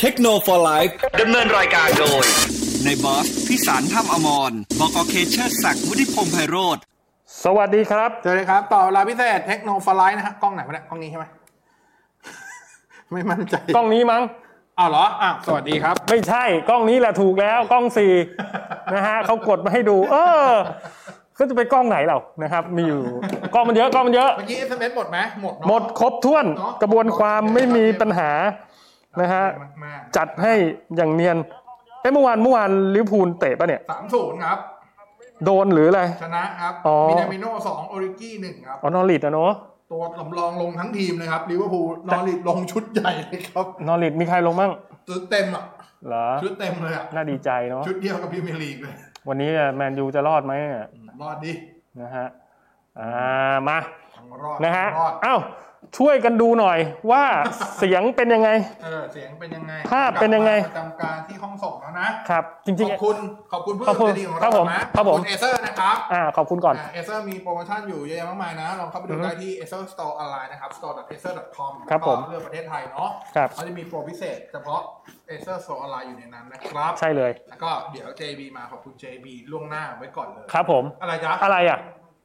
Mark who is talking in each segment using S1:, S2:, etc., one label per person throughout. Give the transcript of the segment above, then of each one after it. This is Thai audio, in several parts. S1: เทคโนโลยีไลฟ์
S2: ดำเนินรายการโดย
S1: ในบอสพิสารถ้ำอมรบอกอเคเชอร์ศักดิ์วุฒิพงษ์ไพโรธ
S3: สวัสดีครับ
S4: เจอเลยครับ ต่อเวลาพิเศษเทคโนโลยีนะฮะกล้องไหนวะเนี่ยกล้องนี้ใช่ไหม ไม่มั่นใจ
S3: กล้องนี้มั้ง
S4: อ้าวเหรออ้าวสวัสดีครับ
S3: ไม่ใช่ กล้องนี้แหละถูกแล้ว กล้องสี่ นะฮะเขากดมาให้ดู เออก็จะไปกล้องไหนเรานะครับ มีอยู่ กล้องมันเยอะกล้องมันเยอะ
S4: เมื่อกี้ SMS หมดไหมหมดเนอะ
S3: หมดครบถ้วน
S4: เนอะ
S3: กระบวนความไม่มีปัญหานะฮะ
S4: มากๆ
S3: จัดให้อย่างเนียนเอ้เมื่อวานเมื่อวานลิเวอร์พูลเตะปะเนี่ย
S4: สามศูนย์ครับ
S3: โดนหรืออะไร
S4: ชนะครับ
S3: อ๋อ
S4: มินามิโน่สองโอริกี้หนึ่งครับ
S3: อ๋อนอริดนะเนาะ
S4: ตัวสำรองลงทั้งทีมเลยครับลิเวอร์พูลนอริดลงชุดใหญ่เลยครับ
S3: นอริดมีใครลงบ้าง
S4: ชุดเต็มอ่ะ
S3: เหรอ
S4: ชุดเต็มเลยอ่ะ
S3: น่าดีใจเนาะ
S4: ชุดเดียวกับพรีเมียร์ลีกเลย
S3: วันนี้แมนยูจะรอดไหมเนี่ย
S4: รอดดิ
S3: นะฮะอ่ามา
S4: ทั้งรอด
S3: นะฮะ
S4: รอด
S3: เอ้า ช่วยกันดูหน่อยว่าเสียงเป็นยังไง
S4: เออเสียงเป็นยังไง
S3: ภาพเป็นยังไง
S4: กลับมาประจำการที่ห้องส่งแล้วนะ
S3: ครับ จริง
S4: ขอบคุณ ขอบคุณผู้
S3: ขอบคุณ
S4: ใจดีขอ
S3: ค
S4: ง
S3: รั
S4: เรา
S3: บผม
S4: นะครับ
S3: ผม
S4: ขอณเอเซอร์นะครับ
S3: ๆ อ่า ขอบคุณก่อน
S4: เอเซอร์มีโปรโมชั่นอยู่เยอะแยะมากมายนะ ลองเข้าไปดูได้ที่ Acer Store ออนไลน์นะครับ store.acer.com
S3: ครับผม
S4: ก็เลือกประเทศไทยเนาะ
S3: ครับ
S4: เขาจะมีโปรพิเศษเฉพาะ Acer Store ออนไลน์อยู่ในนั้นนะครับ
S3: ใช่เลย
S4: แล้วก็เดี๋ยว JB มาขอบคุณ JB ล่วงหน้าไว้ก่อนเลย
S3: ครับผม
S4: อะไรจ๊ะ
S3: อะไรอ่ะ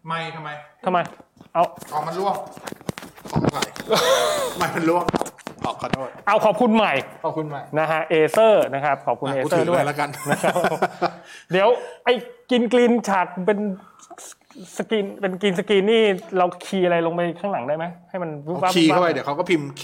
S4: ไม่ทำไม
S3: ทำไม เอา
S4: ของมันล่วงของใคร ไม่มันล่วงขอขอโทษ
S3: เอาขอบคุณใหม่
S4: ขอบคุณใหม่
S3: นะฮะ เอเซอร์นะครับ ขอบคุณเอ
S4: อ่ะกู
S3: เซอ
S4: ถื
S3: ร์ด้วย
S4: เแล้วกัน
S3: นะครับ เดี๋ยว ไอ้กินกรีนฉากเป็นสกรีน เป็นกรีนสกรีนนี่เราคีย์อะไรลงไปข้างหลังได้ไหม ให้มันวุบวับ
S4: คีย์เข้าไป
S3: วุบวับ
S4: เดี๋ยวเขาก็พิมพ์ K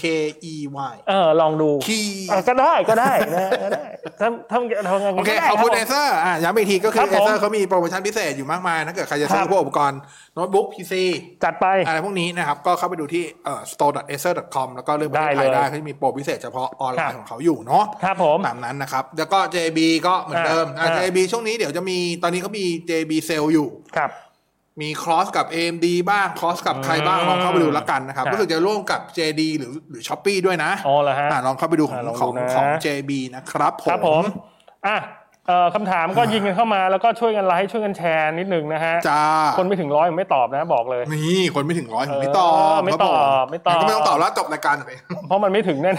S4: E Y
S3: เออ ลองดู
S4: คีย์
S3: อ่ะก็ได้ ก็ได้นะก็ได้ถ้าถ้าทำงาน
S4: โอเค
S3: ก็ได้
S4: ขอบคุณ
S3: รั
S4: เอ
S3: ผม
S4: เซอร์อ่ะย้ำอีกทีก็คื
S3: ครั
S4: อบ เอ
S3: ผม
S4: เซอร์เขามีโปรโมชั่นพิเศษอยู่มากมายนะเกิดใครจะซื้
S3: ครั
S4: อบ พวกอุปกรณ์โน้ตบุ๊กพีซี
S3: จัดไป
S4: อะไรพวกนี้นะครับ ก็เข้าไปดูที่เอ่อ store.acer.com แล้วก็เลือกประเทศไทย
S3: ได้เลย
S4: ได้เขาจะมีโปรพิเศษเฉพาะออนไล
S3: ครั
S4: น์
S3: บ
S4: ของเขาอยู่เนาะ
S3: ครับผม
S4: ตามนั้นนะครับ แล้วก็ JB ก็เหมือนเดิมอ่ะ
S3: อ่า
S4: JB ช่วงนี้เดี๋ยวจะมีตอนนี้เขามี JB เซลอยู่
S3: ครับ
S4: มีคอสกับ AMD บ้างคอสกับใครบ้าง
S3: อืม
S4: ลองเข้าไปดูแล้วกันนะครับ
S3: ครับ
S4: รู้สึกจะร่วมกับ JD หรือหรือ Shopee ด้วยนะ
S3: อ๋อเหรอฮะ
S4: อ่ะลองเข้าไปดูของ
S3: อ่ะลองดู
S4: ของ
S3: นะ
S4: ของ JB นะครับผ
S3: ครับผม ม อ่ะเอ่อคำถามก็ยิงกันเข้ามาแล้วก็ช่วยกันไลค์ช่วยกันแชร์นิดนึงนะฮะ
S4: จ้า
S3: คนไม่ถึงร้อยยังไม่ตอบนะบอกเลย
S4: นี่คนไม่ถึงร้อยผมไม่
S3: เอ
S4: ตอ
S3: อบไม่ตอบไม่ตอบ
S4: ก็ไม่ต้องตอบแล้วจบรายการไป
S3: เพราะมันไม่ถึงแน่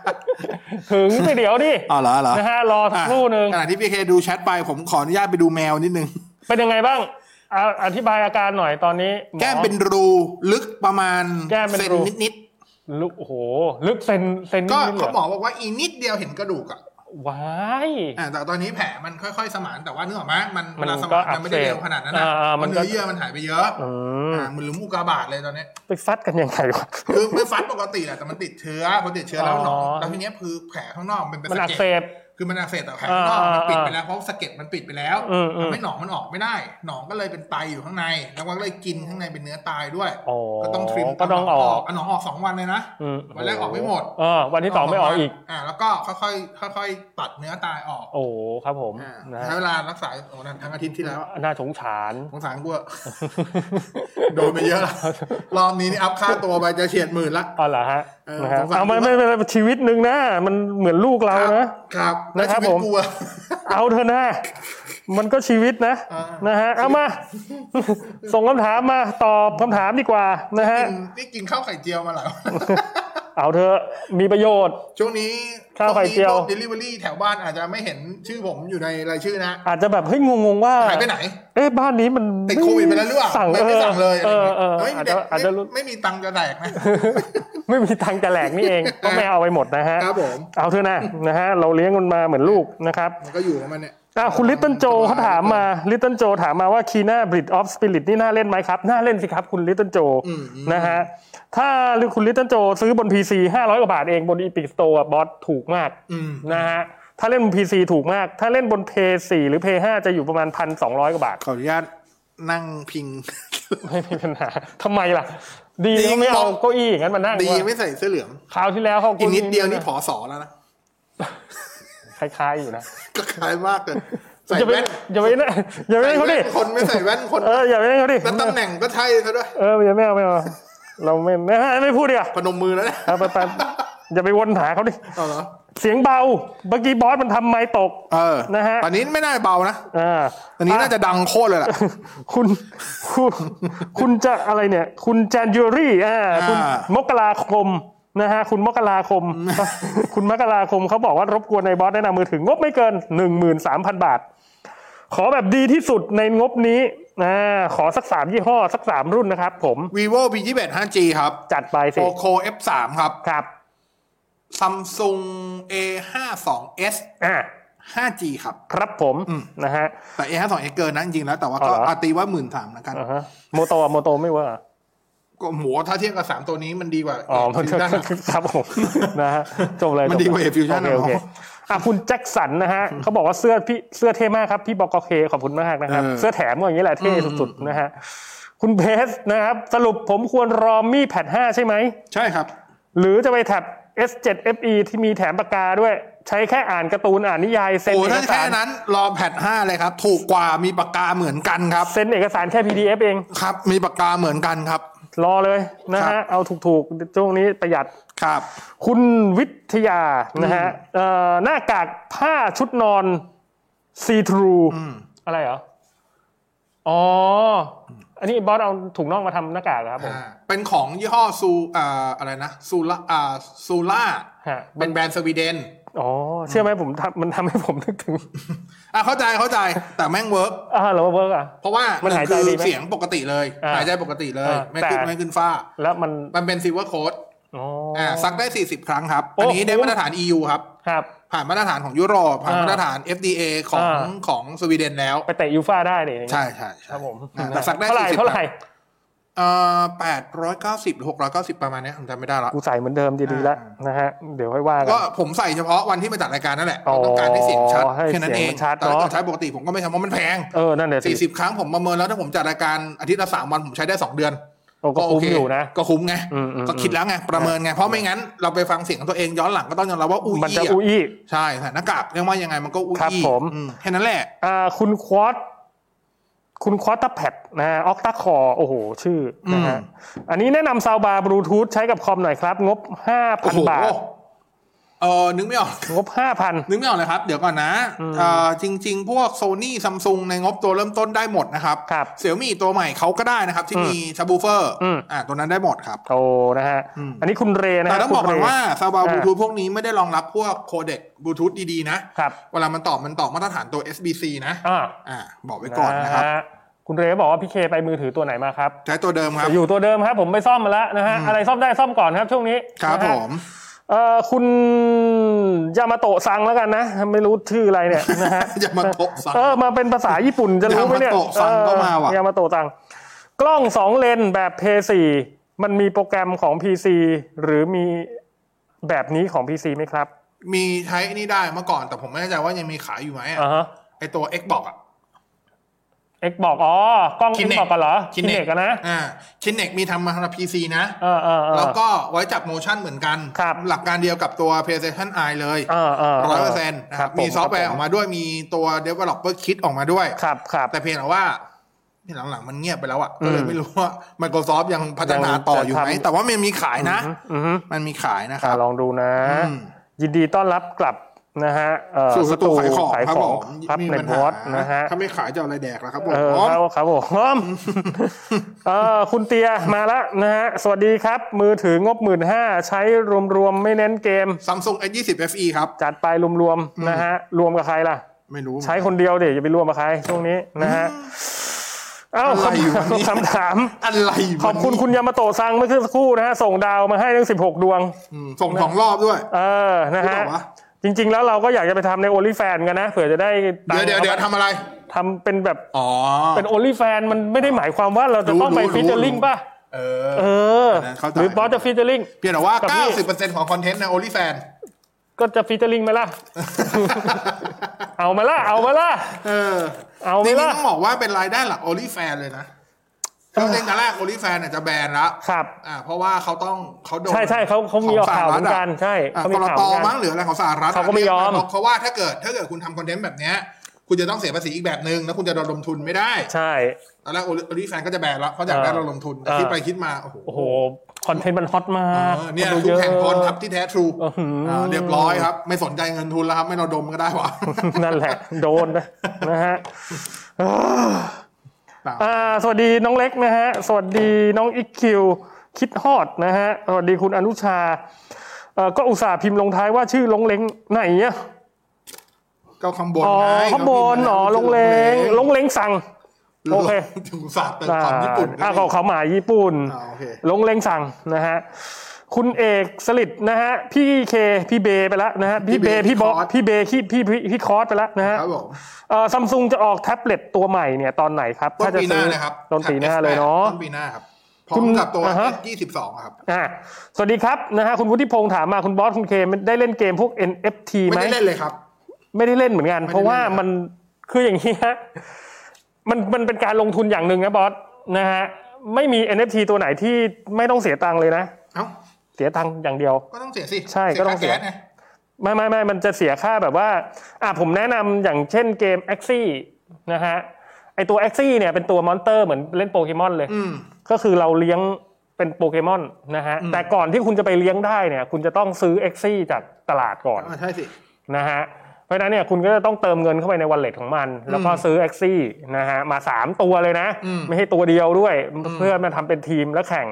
S3: ๆ ถึงไปเดี๋ยวดิ
S4: อ๋อเหรอเหรอ
S3: นะฮะรอสักครู่หนึ่ง
S4: ขณะที่พี่เคดูแชทไปผมขออนุญาตไปดูแมวนิดนึง
S3: เป็นยังไงบ้างอ่ะอธิบายอาการหน่อยตอนนี้หมอ
S4: แก้มเป็นรูลึกประมาณ
S3: แก้มเป็น
S4: เซน
S3: รู
S4: นิด
S3: ลึกโอ้โห ลึกเซนเซน
S4: ๆ
S3: นิ
S4: ก็
S3: ดๆเหร
S4: เขา
S3: อ
S4: บอกว่าอีกนิดเดียวเห็นกระดูกอ่ะ
S3: ว้าย
S4: อ่าแต่ตอนนี้แผลมันค่อยๆสมานแต่ว่าเนื้อออกไหมามันเว
S3: มัน
S4: ลาส
S3: ก็
S4: มาน
S3: อัก
S4: มันไม่
S3: เส
S4: ได้เร็
S3: บ
S4: วขนาดนั้นนะ
S3: อ่า
S4: เพ
S3: มั
S4: ราะ
S3: น
S4: เนื้
S3: ก็
S4: อเยื่อมันหายไปเยอะ
S3: อืม
S4: อ่ามันหรือมูกาบาดเลยตอนเนี้ย
S3: ไปฟัดกันยังไงวะ
S4: คือไม่ฟันปกติแหละแต่มันติดเชื้อพอติดเชื้อแล้วหนอง
S3: อ๋อ
S4: แล้วทีเนี้ยคือแผลข้างนอกมันเป็น
S3: มัน
S4: สะ
S3: อัก
S4: เก็
S3: เส
S4: ด
S3: บ
S4: คือมันอักเสบแต่แผลข้างนอก
S3: อ่า
S4: มันปิด
S3: อ่า
S4: ไปแล้วเพราะสะเก็ดมันปิดไปแล้ว
S3: อืมอืม
S4: ทำให้หนองมันออกไม่ได้ หนองก็เลยเป็นไตอยู่ข้างใน แล้วมันก็เลยกินข้างในเป็นเนื้อตายด้วย
S3: อ๋อ
S4: ก็ต้องทริม
S3: ก็ต้องออก
S4: หนองออกสองวันเลยนะ
S3: อืม
S4: วันแรกออกไม่หมด
S3: เออวันที่สองไม่ออกอีก
S4: อ่าแล้วก็ค่อยๆค่อยๆตัดเนื้อตายออก
S3: โอ้โหครับผม
S4: อ่า
S3: นะ
S4: ใช้
S3: ฮะ
S4: เวลารักษาโอ้นั่นทั้งอาทิต ย์ที่แล้วอะ
S3: น่าสงสาร
S4: สงสารกูอะ โดนไปเยอะละรอบนี้นี่อัพค่าตัวไปจะเฉียดหมื่นละ
S3: อ๋อเหรอฮะ
S4: เออ
S3: นะฮะ
S4: สงสาร
S3: เอาไม่
S4: ลูก
S3: ไม่ไม่ไม่ชีวิตหนึ่งนะมันเหมือนลูกเรานะ
S4: ครับแล้ว
S3: นะครับ
S4: ชีวิ
S3: ผ
S4: ต
S3: ม
S4: กูอะ
S3: เอาเถอะนะ มันก็ชีวิตนะ
S4: อ่าน
S3: นะฮะเอามา ส่งคำถามมาตอบคำถามดีกว่านะฮะ
S4: กินนี่กินข้าวไข่เจียวมาหลายวัน
S3: เอาเถอะมีประโยชน์
S4: ช่วงนี้
S3: ข้าวไข่เจียว
S4: เดลิเวอรี่แถวบ้านอาจจะไม่เห็นชื่อผมอยู่ในรายชื่อนะ
S3: อาจจะแบบเฮ้ยงงๆว่า
S4: หายไปไหน
S3: เอ๊ะบ้านนี้มัน
S4: ติดโควิดไปแล้วหรือเปล่า
S3: สั่ง
S4: ไม่
S3: เอ
S4: ไม่
S3: อ
S4: สั่งเลย
S3: เออเออ
S4: อะไร
S3: อาจ
S4: เงี้
S3: จะ
S4: ย
S3: อาจ
S4: ไม่
S3: จะ
S4: ไม่
S3: รู้
S4: ไม่มีตังค์จะแตกนะ
S3: ไม่มีทางจะแหลกนี่เองก็ไม่เอาไปหมดนะฮะ
S4: ครับผม
S3: เอาเถอะนะนะฮะเราเลี้ยงมันมาเหมือนลูกนะครับ
S4: มันก็อยู่ของมันเนี่ย
S3: อ่ะคุณลิตเติ้ลโจเขาถามมาลิตเติ้ลโจถามมาว่าคีน่าบริดออฟสปิริตนี่น่าเล่นไหมครับ น่าเล่นสิครับคุณลิตเติ้ลโจนะฮะถ้าคุณลิตเติ้ลโจซื้อบน PC 500 กว่าบาทเองบนอีพิกสโตร์บอสถูกมาก
S4: อืม
S3: นะฮะถ้าเล่นบน PC ถูกมาก ถ้าเล่นบน PS4 หรือ PS5 จะอยู่ประมาณ 1,200 กว่าบาท
S4: ขออนุญาตนั่งพิง
S3: ไม่มีปัญหาทำไมล่ะ ดี
S4: จริง
S3: เขาไม่เอาเก้าอี้อย่างนั้นมานั่ง
S4: ดี
S3: ว่ะ
S4: ไม่ใส่เสื้อเหลือง
S3: คราวที่แล้วเขา
S4: อีกนิดเดียวนี่
S3: ะ
S4: ผอสอแล้วนะ
S3: คล้ายๆอยู่นะ
S4: ก็คล้ายมากเลยใส่
S3: อย่าไป
S4: แว่น
S3: อย่าไปนะอย่าไป
S4: ใส่
S3: เล่นเขา
S4: แว่
S3: ดิ
S4: นคนไม่ใส่แว่นคน
S3: เอออย่าไปเล่นเขาดิ
S4: แล้วตำแหน่งก็ใช่ซะด้วย
S3: เออไม่เอาไม่เอาเราไม่ไม่ไม่พูดดีกว่า
S4: พนมมือแล้วนะ
S3: เอาไปไปอย่าไปวนหาเขาดิ
S4: เอาเหรอ
S3: เสียงเบาเมื่อกี้บอสมันทำไมค์ตก
S4: เออ
S3: นะฮะ
S4: ตอนนี้ไม่น่าเบานะ
S3: อ่า
S4: ตอนนี้น่าจะดังโคตรเลยล่ะ
S3: คุณคุณ คุณจะอะไรเนี่ย คุณจันยูรี่อ่าคุณ
S4: อ่าม
S3: กราคม นะฮะคุณมกรา คม คุณมกราคมเขาบอกว่ารบกวนในบอสแนะนำมือถืองบไม่เกิน 13,000 บาท ขอแบบดีที่สุดในงบนี้อ่าขอสักสามยี่ห้อสักสามรุ่นนะครับผม
S4: vivo v 2 1 5g ครับ
S3: จัดไปสิ
S4: poco f 3ครับ
S3: ครับ
S4: samsung a 5 2 s
S3: อ่า
S4: 5g ครับ
S3: ครับผมนะฮะ
S4: แต่ a 5 2 s เกินนะจริงๆแล้ว แต่ว่าก็
S3: อ๋อเหรอ
S4: อาตีว่าหมื่นสามนะครับ
S3: อ่าฮะโมโตโมโตไม่ว่า
S4: ก็หมูถ้าเทียบกับ 3 ตัวนี้มันดีกว่า
S3: อ๋อมันก็
S4: Fusion อะ
S3: ครับผมนะฮะจบเลย
S4: มันดีกว่า
S3: จบเลย
S4: Fusion
S3: โอเคโอเค
S4: อะ
S3: อ่ะคุณแจ็คสันนะฮะเขาบอกว่าเสื้อพี่เสื้อเท่มากครับพี่บอกเคขอบคุณมากนะครับ
S4: เออ
S3: เสื้อแถมก็อย่างนี้แหละเท่สุดๆนะฮะคุณเพสนะครับ สรุปผมควรรอมี่แพด5ใช่ไหม
S4: ใช่ครับ
S3: หรือจะไปแท็บ S7 FE ที่มีแถมปากกาด้วย ใช้แค่อ่านการ์ตูนอ่านนิยายเซ็น
S4: โอ้
S3: เอก
S4: ถ้าแค่
S3: สาร
S4: นั้นรอแพท5เลยครับ ถูกกว่ามีปากกาเหมือนกันครับ
S3: เซ็นเอกสารแค่ PDF เอง
S4: ครับ มีปากกาเหมือนกันครับ
S3: รอเลยนะ
S4: ครั
S3: ฮะ
S4: บ
S3: เอาถูกๆช่วงนี้ประหยัด
S4: ครับ
S3: คุณวิทยานะฮะเอ่อหน้ากากผ้าชุดนอนซีทรูอะไรเหรอ อ๋อ อันนี้บอสเอาถุงน่องมาทำหน้ากากเหรอครับผม
S4: อ่าเป็นของยี่ห้อซูอ่าอะไรนะซูล่าอ่าซูล่า
S3: ฮะ
S4: เป็นแบรนด์สวีเดน
S3: อ๋อ เชื่อไหมผมทำมันทำให้ผมนึกถึง
S4: อ่ะเข้าใจเข้าใจแต่แม่งเวิร์ก
S3: อ่าเราเวิร์กอ่ะ
S4: เพราะว่า
S3: มั
S4: มัน
S3: หายใจ
S4: คื
S3: ดีไหม
S4: เสียงปกติเลย
S3: อ่า
S4: หายใจปกติเลย
S3: อ่า
S4: ไม่ขึ้น
S3: แต่
S4: ไม่ขึ้นฟ้า
S3: แล้วมัน
S4: มันเป็นซิลเวอร์โค้ด
S3: อ๋ออ
S4: อ่าซักได้ 40 ครั้งครับ
S3: โอ้
S4: อันนี้ได้
S3: โห
S4: มาตรฐาน EU ครับ
S3: ครับ
S4: ผ่านมาตรฐานของยุโรปผ่าน
S3: อ่าม
S4: มาตรฐาน FDA ของ
S3: อ่า
S4: ของสวีเดนแล้ว
S3: ไปเตะยูฟ่าได้เนี่ย
S4: ใช่ใช่ใช่
S3: ครับผม
S4: อ่าแต่ซักได้
S3: เท่าไหร่
S4: 40
S3: เท่าไหร่
S4: เอ่อ890หรือ690 ประมาณเนี้ยผมจำไม่ได้ละ
S3: กูใส่เหมือนเดิมดีๆแล้วนะฮะ เดี๋ยวค่อยว่ากั
S4: ก็
S3: น
S4: ผมใส่เฉพาะวันที่มาจัดรายการนั่นแหละ
S3: อ๋อ
S4: ต้องการให้เสียงชัด
S3: ให้
S4: แค่นั้น
S3: เสี
S4: เอ
S3: ง
S4: ยง
S3: มันชัด
S4: แต่ถ้า
S3: เนอะ
S4: เกิดใช้ปกติผมก็ไม่ทำเพราะมันแพง
S3: เออ นั่นแหละสิ
S4: 40 ครั้งผมประเมินแล้วถ้าผมจัดรายการอาทิตย์ละ3วันผมใช้ได้ 2 เดือน
S3: โอ้ก็คุ้ม
S4: โเ
S3: อยู่นะ
S4: ก็คุ้มไง
S3: อืมอืม
S4: ก็คิดแล้วไง ประเมินไง เพราะไม่งั้นเราไปฟังเสียงของตัวเองย้อนหลังก็ต้องยอมรับว่าอุ้ย
S3: มันจะ
S4: อี้
S3: อุย
S4: อะ
S3: อี้
S4: ใช่ใส่หน้ากากเรียกว่ายังไงมันก็อุ้ย
S3: ครับ
S4: อี้
S3: ผม
S4: อืมแค่นั้นแหละ
S3: อ่าคุณควอตคุณควอตตาแพดนะฮะออกตาคอโอ้โห ชื่อนะฮะ
S4: อื
S3: อันนี้แนะนำซาวบาร์บลูทูธใช้กับคอมหน่อยครับ งบ
S4: โอ้โห
S3: 5,000 บาท
S4: เออนึกไม่ออก
S3: งบ 5,000
S4: นึกไม่ออกเลยครับ เดี๋ยวก่อนนะเอ่อจริง ๆ พวกโซนี่ซัมซุงในงบตัวเริ่มต้นได้หมดนะครับ
S3: ครับ
S4: เสี่ยมี่ตัวใหม่เขาก็ได้นะครับ ที่มีซับบูเฟอร์
S3: อืม
S4: อ่าตัวนั้นได้หมดครับ
S3: โตนะฮะ
S4: อืม
S3: อันนี้คุณเรนะ
S4: แต่
S3: ฮะ
S4: ต้องบอกก่อน
S3: คุณเร
S4: ว่าซาบา
S3: อ่า
S4: บลูทูธพวกนี้ไม่ได้รองรับพวกโคเด c กบลูทูธดี ๆ นะ
S3: ครับ
S4: เวลามันตอบมันตอบมาตรฐานตัว SBC นะ
S3: อ่า
S4: อ่าบอกไว้ก่อนนะครับ
S3: ฮคุณเรบอกว่าพี่เคไปมือถือตัวไหนมาครับ
S4: ใช้ตัวเดิมครับ
S3: อยู่ตัวเดิมครับ ผมไปซ่อมมาแล้วนะฮะ อะไรซ่อมได้ซ่อมก่อนครับช่วงนี้
S4: ครับ
S3: นะ
S4: ผ
S3: ฮะ
S4: ม
S3: เอ่อคุณยามาโตะซังแล้วกันนะ ไม่รู้ชื่ออะไรเนี่ยนะฮะ
S4: ยามาโตะซัง
S3: เออมาเป็นภาษาญี่ปุ่นจะรู้ไหมเนี่ย
S4: ยามาโตะซังก็มาว่ะ
S3: เออยามาโตะซัง กล้องสองเลนแบบ P4 มันมีโปรแกรมของ PC หรือมีแบบนี้ของ PC ไหมครับ
S4: มีใช้นี่ได้เมื่อก่อน แต่ผมไม่แน่ใจว่ายังมีขายอยู่ไหมอะ
S3: อ่าฮะ
S4: ไอตัว Xbox อ่ะ
S3: X บอกอ๋อกล้อง X
S4: Kinect
S3: บอกกันเหรอ
S4: Kinect
S3: กันนะ
S4: อ่าคินเนกมีทำมาสำหรับ PC นะ
S3: เออเออเออ
S4: แล้วก็ไว้จับโมชั่นเหมือนกัน
S3: ครับ
S4: หลักการเดียวกับตัว PlayStation Eye เลย
S3: เออเออ
S4: ร้อยเปอร์เซ็นต์นะครับ มีซอฟต์แวร์ออกมาด้วย มีตัว Developer Kit ออกมาด้วย
S3: ครับครับ
S4: แต่เพียงแต่ว่าที่หลังๆมันเงียบไปแล้วอ่ะ
S3: อืม
S4: ก็เลยไม่รู้ว่า Microsoft ยังพัฒนา
S3: ยัง
S4: ต่ออยู่
S3: จะทำ
S4: ไหม แต่ว่ามันมีขายนะ
S3: อือฮึ
S4: มันมีขายนะค
S3: อ่ะ
S4: รับ
S3: ลองดูนะ
S4: อืม
S3: ยินดีต้อนรับกลับนะฮะเอ่อ
S4: สู่สตูขายของ
S3: ขาย
S4: ครับ
S3: ข
S4: ผ
S3: อง
S4: ม
S3: ครับ
S4: มี
S3: ใน
S4: ปัญ
S3: บ
S4: หา
S3: อสนะฮะ
S4: ถ้าไม่ขายจะเอาอะไรแดกแล้วครับผม
S3: เออครับครับผมเออคุณเตียมาละนะฮะ สวัสดีครับ มือถืองบหมื่นห้าใช้รวมๆ ไม่เน้นเกม
S4: ซัมซุง S20 FE ครับ
S3: จัดไปรวมๆนะฮะ รวมกับใครล่ะ
S4: ไม่รู้
S3: ใช้คนเดียวเดี๋ยวจะไปรวมกับใครช่วงนี้นะฮะ เอ้า
S4: อะไรอยู่วันนี้
S3: คำถาม
S4: อะไรวะ
S3: ขอบคุณคุณยามาโตะซังเมื่อสักครู่นะฮะ ส่งดาวมาให้ทั้ง 16 ดวง
S4: อืมส่งสองรอบด้วย
S3: เออ นะฮะ
S4: รู้เปล่าวะ
S3: จริง ๆ แล้วเราก็อยากจะไปทำในโอลิแฟนกันนะเผื่อจะได้ตัง
S4: เดี๋ยว
S3: ค์
S4: เดี๋ยวเดี๋ยวทำอะไร
S3: ทำเป็นแบบ
S4: อ๋อ
S3: เป็นโอลิแฟนมันไม่ได้หมายความว่าเราจะต้องไป
S4: รู้รู้
S3: ฟิชเจอร์ลิง
S4: รู้
S3: ป่ะ
S4: เออ
S3: เออ
S4: อันนั้นเข้าใจ
S3: หรือบอสจะฟีเจอริง
S4: เพียงแต่ว่า
S3: กับพี่
S4: 90%ของคอนเทนต์ใน OnlyFans
S3: ก็จะฟีเจอริงไหมล่ะ เอามาล่ะ เอามาล่ะ
S4: เออ
S3: เอาไหม
S4: จริงๆ
S3: ล่ะ
S4: ต้องบอกว่าเป็นรายได้หลัก OnlyFans เลยนะช่วงเล่นแต่แรก OnlyFans อาจจะแบนละ
S3: ครับ
S4: อ่าเพราะว่าเขาต้องเขาโดน
S3: ใช่ใช่เขาเขามีออกข่าวเหมือนกันใช่
S4: เขา
S3: เขามี
S4: มี
S3: ข่า
S4: ข่าว
S3: เหมือนกั
S4: มั้
S3: น
S4: งหรืออะไรของสหรัฐะ
S3: เขาก็ไม่ยอม
S4: เรีกเพราะว่าถ้าเกิดถ้าเกิดคุณทำคอนเทนต์แบบเนี้ยคุณจะต้องเสียภาษีอีกแบบหนึ่งแล้วคุณจะระดมทุนไม่ได้
S3: ใช่
S4: ตอนแรก OnlyFans ก็จะแบนละเขาอยากได้ระดมทุนแต่คิดไปคิดมาโอ้โห
S3: โอ้โห คอนเทนต์มันฮอตมาก
S4: เออเนี่ย
S3: คดู
S4: คู่
S3: เยอะ
S4: แข่งพรทับที่แท้ทรู
S3: อื้อหืออ่
S4: าเรียบร้อยครับ ไม่สนใจเงินทุนแล้วครับไม่ระดมก็ได้วะ
S3: นั่นแหละ โดนนะนะฮะ
S4: เปล่า
S3: อ่าสวัสดีน้องเล็กนะฮะ สวัสดีน้องอิกคิว คิดฮอดนะฮะสวัสดีคุณอนุชาเอ่อก็อุตส่าห์พิมพ์ลงท้ายว่าชื่อลงเล้งไหนเนี่ย
S4: ก็ข้างบน
S3: อ๋อ
S4: ไง
S3: ข้างบนอ๋อลงเลงลงเล้งสั่ง โอเค
S4: ถึงศาสตร์แต่ความญี่ปุ่น
S3: อ่าเขาเขาหมายญี่ปุ่น
S4: อ่าโอเค
S3: ลงเลงสั่งนะฮะคุณเอกสลิดนะฮะพี่เคพี่เบไปแล้วนะฮะพี่เบ
S4: พี่
S3: พี่
S4: บบอ
S3: อ
S4: ส
S3: สพี่เบพี่พี่พี่พี่คอสไปแล้วนะฮะ
S4: ครับผม
S3: ซัมซุงจะออกแท็บเล็ตตัวใหม่เนี่ยตอนไหนครับ
S4: ต้น
S3: จะ
S4: ปีหน้านะครับ
S3: ต้นปีหน้าเลยเนาะ
S4: ต้นปีหน้าครับพร้อ
S3: คุ
S4: ม
S3: ณ
S4: กับตัว
S3: อ่าฮะ
S4: S22 อะครับ
S3: อ่าสวัสดีครับนะฮะคุณวุฒิพงษ์ถามมาคุณบอสคุณเคได้เล่นเกมพวก NFT ไห
S4: ไม่
S3: ม
S4: ได้เล่นเลยครับ
S3: ไม่ได้เล่นเหมือนกัน
S4: ไม่ได้เล่น
S3: เพราะว่า
S4: ครับ
S3: มันคืออย่างนี้ฮะมันมันเป็นการลงทุนอย่างหนึ่งนะบอสนะฮะไม่มี NFT ตัวไหนที่ไม่ต้องเสียตังค์เลยนะ
S4: เอ้า
S3: เสียตังค์อย่างเดียว
S4: ก็ต้องเสียสิ
S3: ใช่ก็ต้องเสีย
S4: ค่าแสไง
S3: ไม่ไม่ไม่มันจะเสียค่าแบบว่า อ่ะผมแนะนำอย่างเช่นเกม a x ซี่นะฮะ ไอตัว a x ซี่เนี่ยเป็นตัวมอนเตอร์เหมือนเล่นโปเกมอนเลย
S4: อืม
S3: ก็คือเราเลี้ยงเป็นโปเกมอนนะฮะ
S4: อืม
S3: แต่ก่อนที่คุณจะไปเลี้ยงได้เนี่ย คุณจะต้องซื้อ a x ซี่จากตลาดก่อน
S4: อ่าใช่สิ
S3: นะฮะ เพราะฉะนั้นเนี่ยคุณก็จะต้องเติมเงินเข้าไปในวันเลทของมัน แล้วก็ซื้อ a x ซี่นะฮะมา 3 ตัวเลยนะ
S4: อืม
S3: ไม่ให้ตัวเดียวด้วย เพื่อมาทำเป็นทีมแล้วแข่ง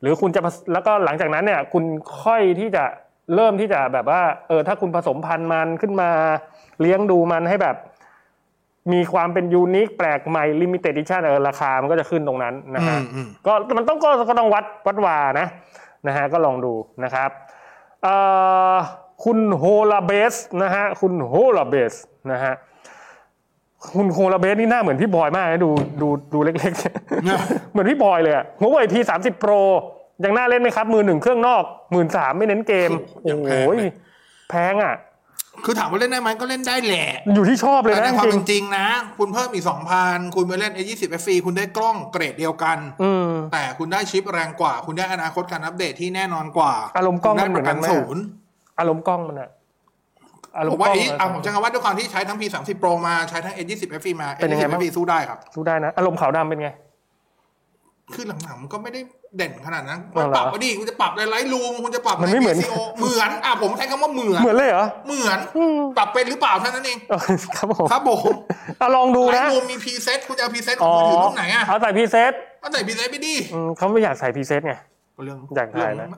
S3: หรือคุณจะผสแล้วก็หลังจากนั้นเนี่ยคุณค่อยที่จะเริ่มที่จะแบบว่าเออถ้าคุณผสมพันธุ์มันขึ้นมาเลี้ยงดูมันให้แบบ มีความเป็นยูนิคแปลกใหม่ลิมิเต็ดดิชั่นเออราคามันก็จะขึ้นตรงนั้นนะฮะ
S4: อืมอืม
S3: ก็มันต้องก็ก็ต้องวัดวัดวานะนะฮะก็ลองดูนะครับเอ่อคุณโฮลาเบสนะฮะคุณโฮลาเบสนะฮะคุณโฮลาเบสนี่หน้าเหมือนพี่บอยมากนะดูดูดูเล็กๆ เหมือนพี่บอยเลยอะหัวเว่ย P 3 0 Pro ยังน่าเล่นไหมครับ มือหนึ่งเครื่องนอกหมื่นสามไม่เน้นเกม
S4: โอ้
S3: โอ้
S4: โห
S3: โหแพงอะ
S4: คือถามว่าเล่นได้ไหมก็เล่นได้แหละ
S3: อยู่ที่ชอบเลย
S4: แต่
S3: นะ
S4: ใน
S3: จ
S4: ความ
S3: ริง
S4: เป็นจริงนะ คุณเพิ่มอีก 2,000 คุณไปเล่น A20 FE คุณได้กล้องเกรดเดียวกัน
S3: ๆอืม
S4: แต่คุณได้ชิปแรงกว่า คุณได้อนาคตการอัปเดตที่แน่นอนกว่า
S3: อารมณ์กล้อง
S4: คุณ
S3: มั
S4: ได้
S3: นเหมือน
S4: ประกั
S3: กัน นไหม
S4: ศูนย์
S3: อารมณ์กล้องมันอะอารม
S4: ผ
S3: ณ์
S4: ม
S3: ก
S4: ว่า
S3: ล้องมัน
S4: ไอ้อ่ะผมใช้คำว่าด้วยความที่ใช้ทั้ง P30 Pro มาใช้ทั้ง A20 FE มา
S3: เป็นยังไง
S4: A20
S3: บ้าง
S4: FE สู้ได้ครับ
S3: สู้ได้นะ อารมณ์ขาวดำเป็นไง
S4: คือหลังๆมันก็ไม่ได้เด่นขนาดนั้นมัน
S3: เอาเหรอ
S4: ปรับเอาดิคุณจะปรับในไลท์รูมคุณจะปรับ
S3: มันไม่เหมือน
S4: โอเหมือนอ่ะผมใช้คำว่าเหมือน
S3: เหมือนเลยเหรอ
S4: เหมือนปรับเป็นหรือเปล่าเท่านั้นเอง
S3: เออครับผม
S4: ครับผม
S3: อ่ะลองดู
S4: ไล
S3: นะ
S4: ท์รูมมีพรีเซ็ตคุณจะเอาพรีเซ็ตขอ
S3: อ๋
S4: ง
S3: อ
S4: มือถือรุ่นไหนอ่ะ
S3: เอาใส่พรีเซต
S4: ก็ใส่พรีเซ็ตไปดิ
S3: อืมเขาไม่อยากใส่พรีเซตไง
S4: เรื่อง
S3: อยากถ่ายนะ
S4: เรื่อง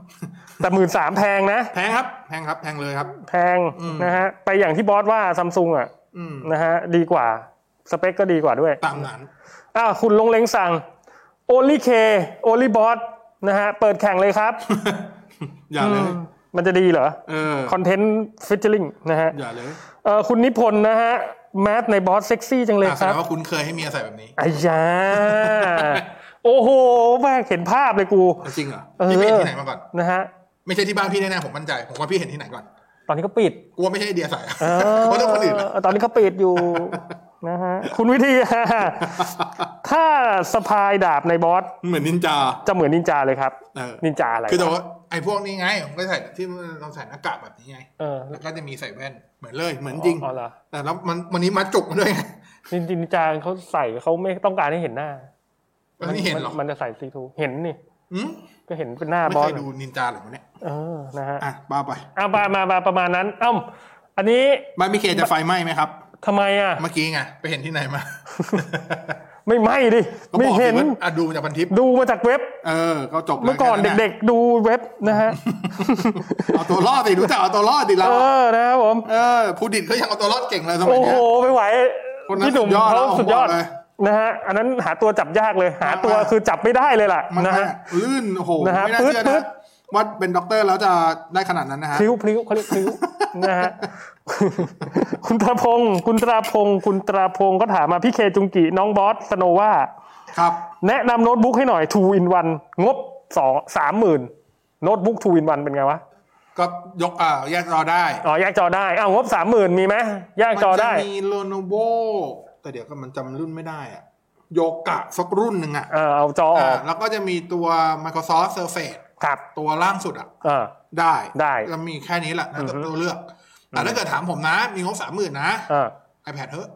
S3: แต่หมื่นสามแพงนะ
S4: แพงครับ แพงครับ แพงเลยครับ
S3: แพงนะฮะไปอย่างที่บอสว่าซัมซุงอะ
S4: อืม
S3: นะฮะดีกว่าสเปคก็ดีกว่าด้วย
S4: ตามนั้น
S3: อ้าวคุณลงเลงสั่งโอลิเคโอลิบอสนะฮะ เปิดแข่งเลยครับ
S4: อย่าเลย
S3: มันจะดีเหรอ
S4: เออ
S3: คอนเทนต์ฟิชเชอริงนะฮะ
S4: อย่าเลย
S3: เอ่อคุณนิพนธ์นะฮะ แมสในบอสเซ็กซี่จังเลย
S4: อ่ะแส
S3: ค
S4: ด
S3: รับ
S4: งว่าคุณเคยให้เมียใส่แบบนี้
S3: อายา โอ้โหแม่งเห็นภาพเลยกู
S4: จริงเหรอ
S3: เออ
S4: พี่ไปเห็นที่ไหนมาก่อน
S3: นะฮะ
S4: ไม่ใช่ที่บ้านพี่แน่ๆผมมั่นใจ ผมว่าพี่เห็นที่ไหนก่อน
S3: ตอนนี้ก็ปิด
S4: กลัวไม่ใช่ไอเดียใส่อะ
S3: เออ
S4: เพราะเรื่องคนอื่นอะ
S3: ตอนนี้เขาปิดอยู่ นะฮะ คุณวิธี ฮะถ้าสะพายดาบในบอส
S4: เหมือนนินจา
S3: จะเหมือนนินจาเลยครับ
S4: เออ
S3: นินจาอะไร
S4: คือแต่ว่าไอ้พวกนี้ไง ผมก็ใส่ที่เราใส่หน้ากากแบบนี้ไง
S3: เออ
S4: แล้วก็จะมีใส่แว่น เหมือนเลย เหมือนจริง
S3: อ๋อเหรอ
S4: แต่แล้วมันวันนี้มาจุกมาด้วยไง
S3: จริงๆจางเขาใส่เขาไม่ต้องการให้เห็นหน้า
S4: วันนี้เห็นเหรอ
S3: มันจะใส่ซีทูเห็นนี่
S4: อืม
S3: ก็เห็นเป็นหน้า
S4: ไม่
S3: บอ
S4: เค
S3: ล
S4: ยดูนินจาเหรอวะเนี่ย
S3: เออนะฮะ
S4: อ่ะบ้าไป
S3: เอามามามาประมาณนั้น เอ้าอันนี้
S4: บ้านพี่เคจะไฟไหม้ไหมครับ
S3: ทำไมอ่ะ
S4: เมื่อกี้ไงไปเห็นที่ไหนมา
S3: ไม่ไหมดิ
S4: ก็
S3: ไม่
S4: บอกสิ
S3: เห็น
S4: ว่าอ่ะดูมาจากพันทิป
S3: ดูมาจากเว็บ
S4: เออก็จบ
S3: เมื่อก่อนเด็กๆ ดูเว็บนะฮะ
S4: ๆ เอาตัวรอดสิรู้จักเอาตัวรอดดิเรา
S3: เอ
S4: อะ
S3: อนะครับผม
S4: เออผู้ดิดเขายังเอาตัวรอดเก่งเลยสมัย
S3: โอ้โห
S4: เนี้ย
S3: ไม่ไหว
S4: คนนั้น
S3: พี่หนุ่ม
S4: สุดยอด
S3: เขา
S4: แล้ว
S3: สุดยอด
S4: ผมบอกเลย
S3: นะฮะอันนั้นหาตัวจับยากเลย หาตัว
S4: มากๆ
S3: คือจับไม่ได้เลยล่ะ
S4: มัน
S3: นะ
S4: แม่
S3: ฮะ
S4: ลื่นโอ้โห
S3: นะฮะ
S4: ไม่น่าเชื่อ
S3: ปึ๊
S4: นะ
S3: ด
S4: ว่าเป็นด็อกเตอร์แล้วจะได้ขนาดนั้นนะฮะ
S3: พลิ้วพลิ้วเขาเรียกพ ลิ้ว นะฮ ะ คุณตราพงศ์คุณตราพงศ์คุณตราพงศ์ก็ถามมาพี่เคจุงกิน้องบอสสโนว่า
S4: ครับ
S3: แนะนำโน้ตบุ๊กให้หน่อย two in one งบสองสามหมื่นโน้ตบุ๊ก two in one เป็นไงวะ
S4: ก็ยกอ่าแยกรอได้
S3: อ๋อ แยกจอได้ อ้าว งบสามหมื่นมีไหมแยกจอได้
S4: มัจะมีโลโนโวแต่เดี๋ยวก็มันจำรุ่นไม่ได้อะโยกะสักรุ่นหนึ่งอ่ะ
S3: เออเอาจอออ
S4: อ่า
S3: ก
S4: แล้วก็จะมีตัว Microsoft Surface
S3: ครับ
S4: ตัวล่างสุดอ่ะ
S3: เออ
S4: ได้
S3: ได้
S4: แล้วมีแค่นี้แหละนะตัวเลือก แต่ถ้าเกิดถามผมนะ มีงบสามหมื่นนะ
S3: เออ
S4: iPad เถอะ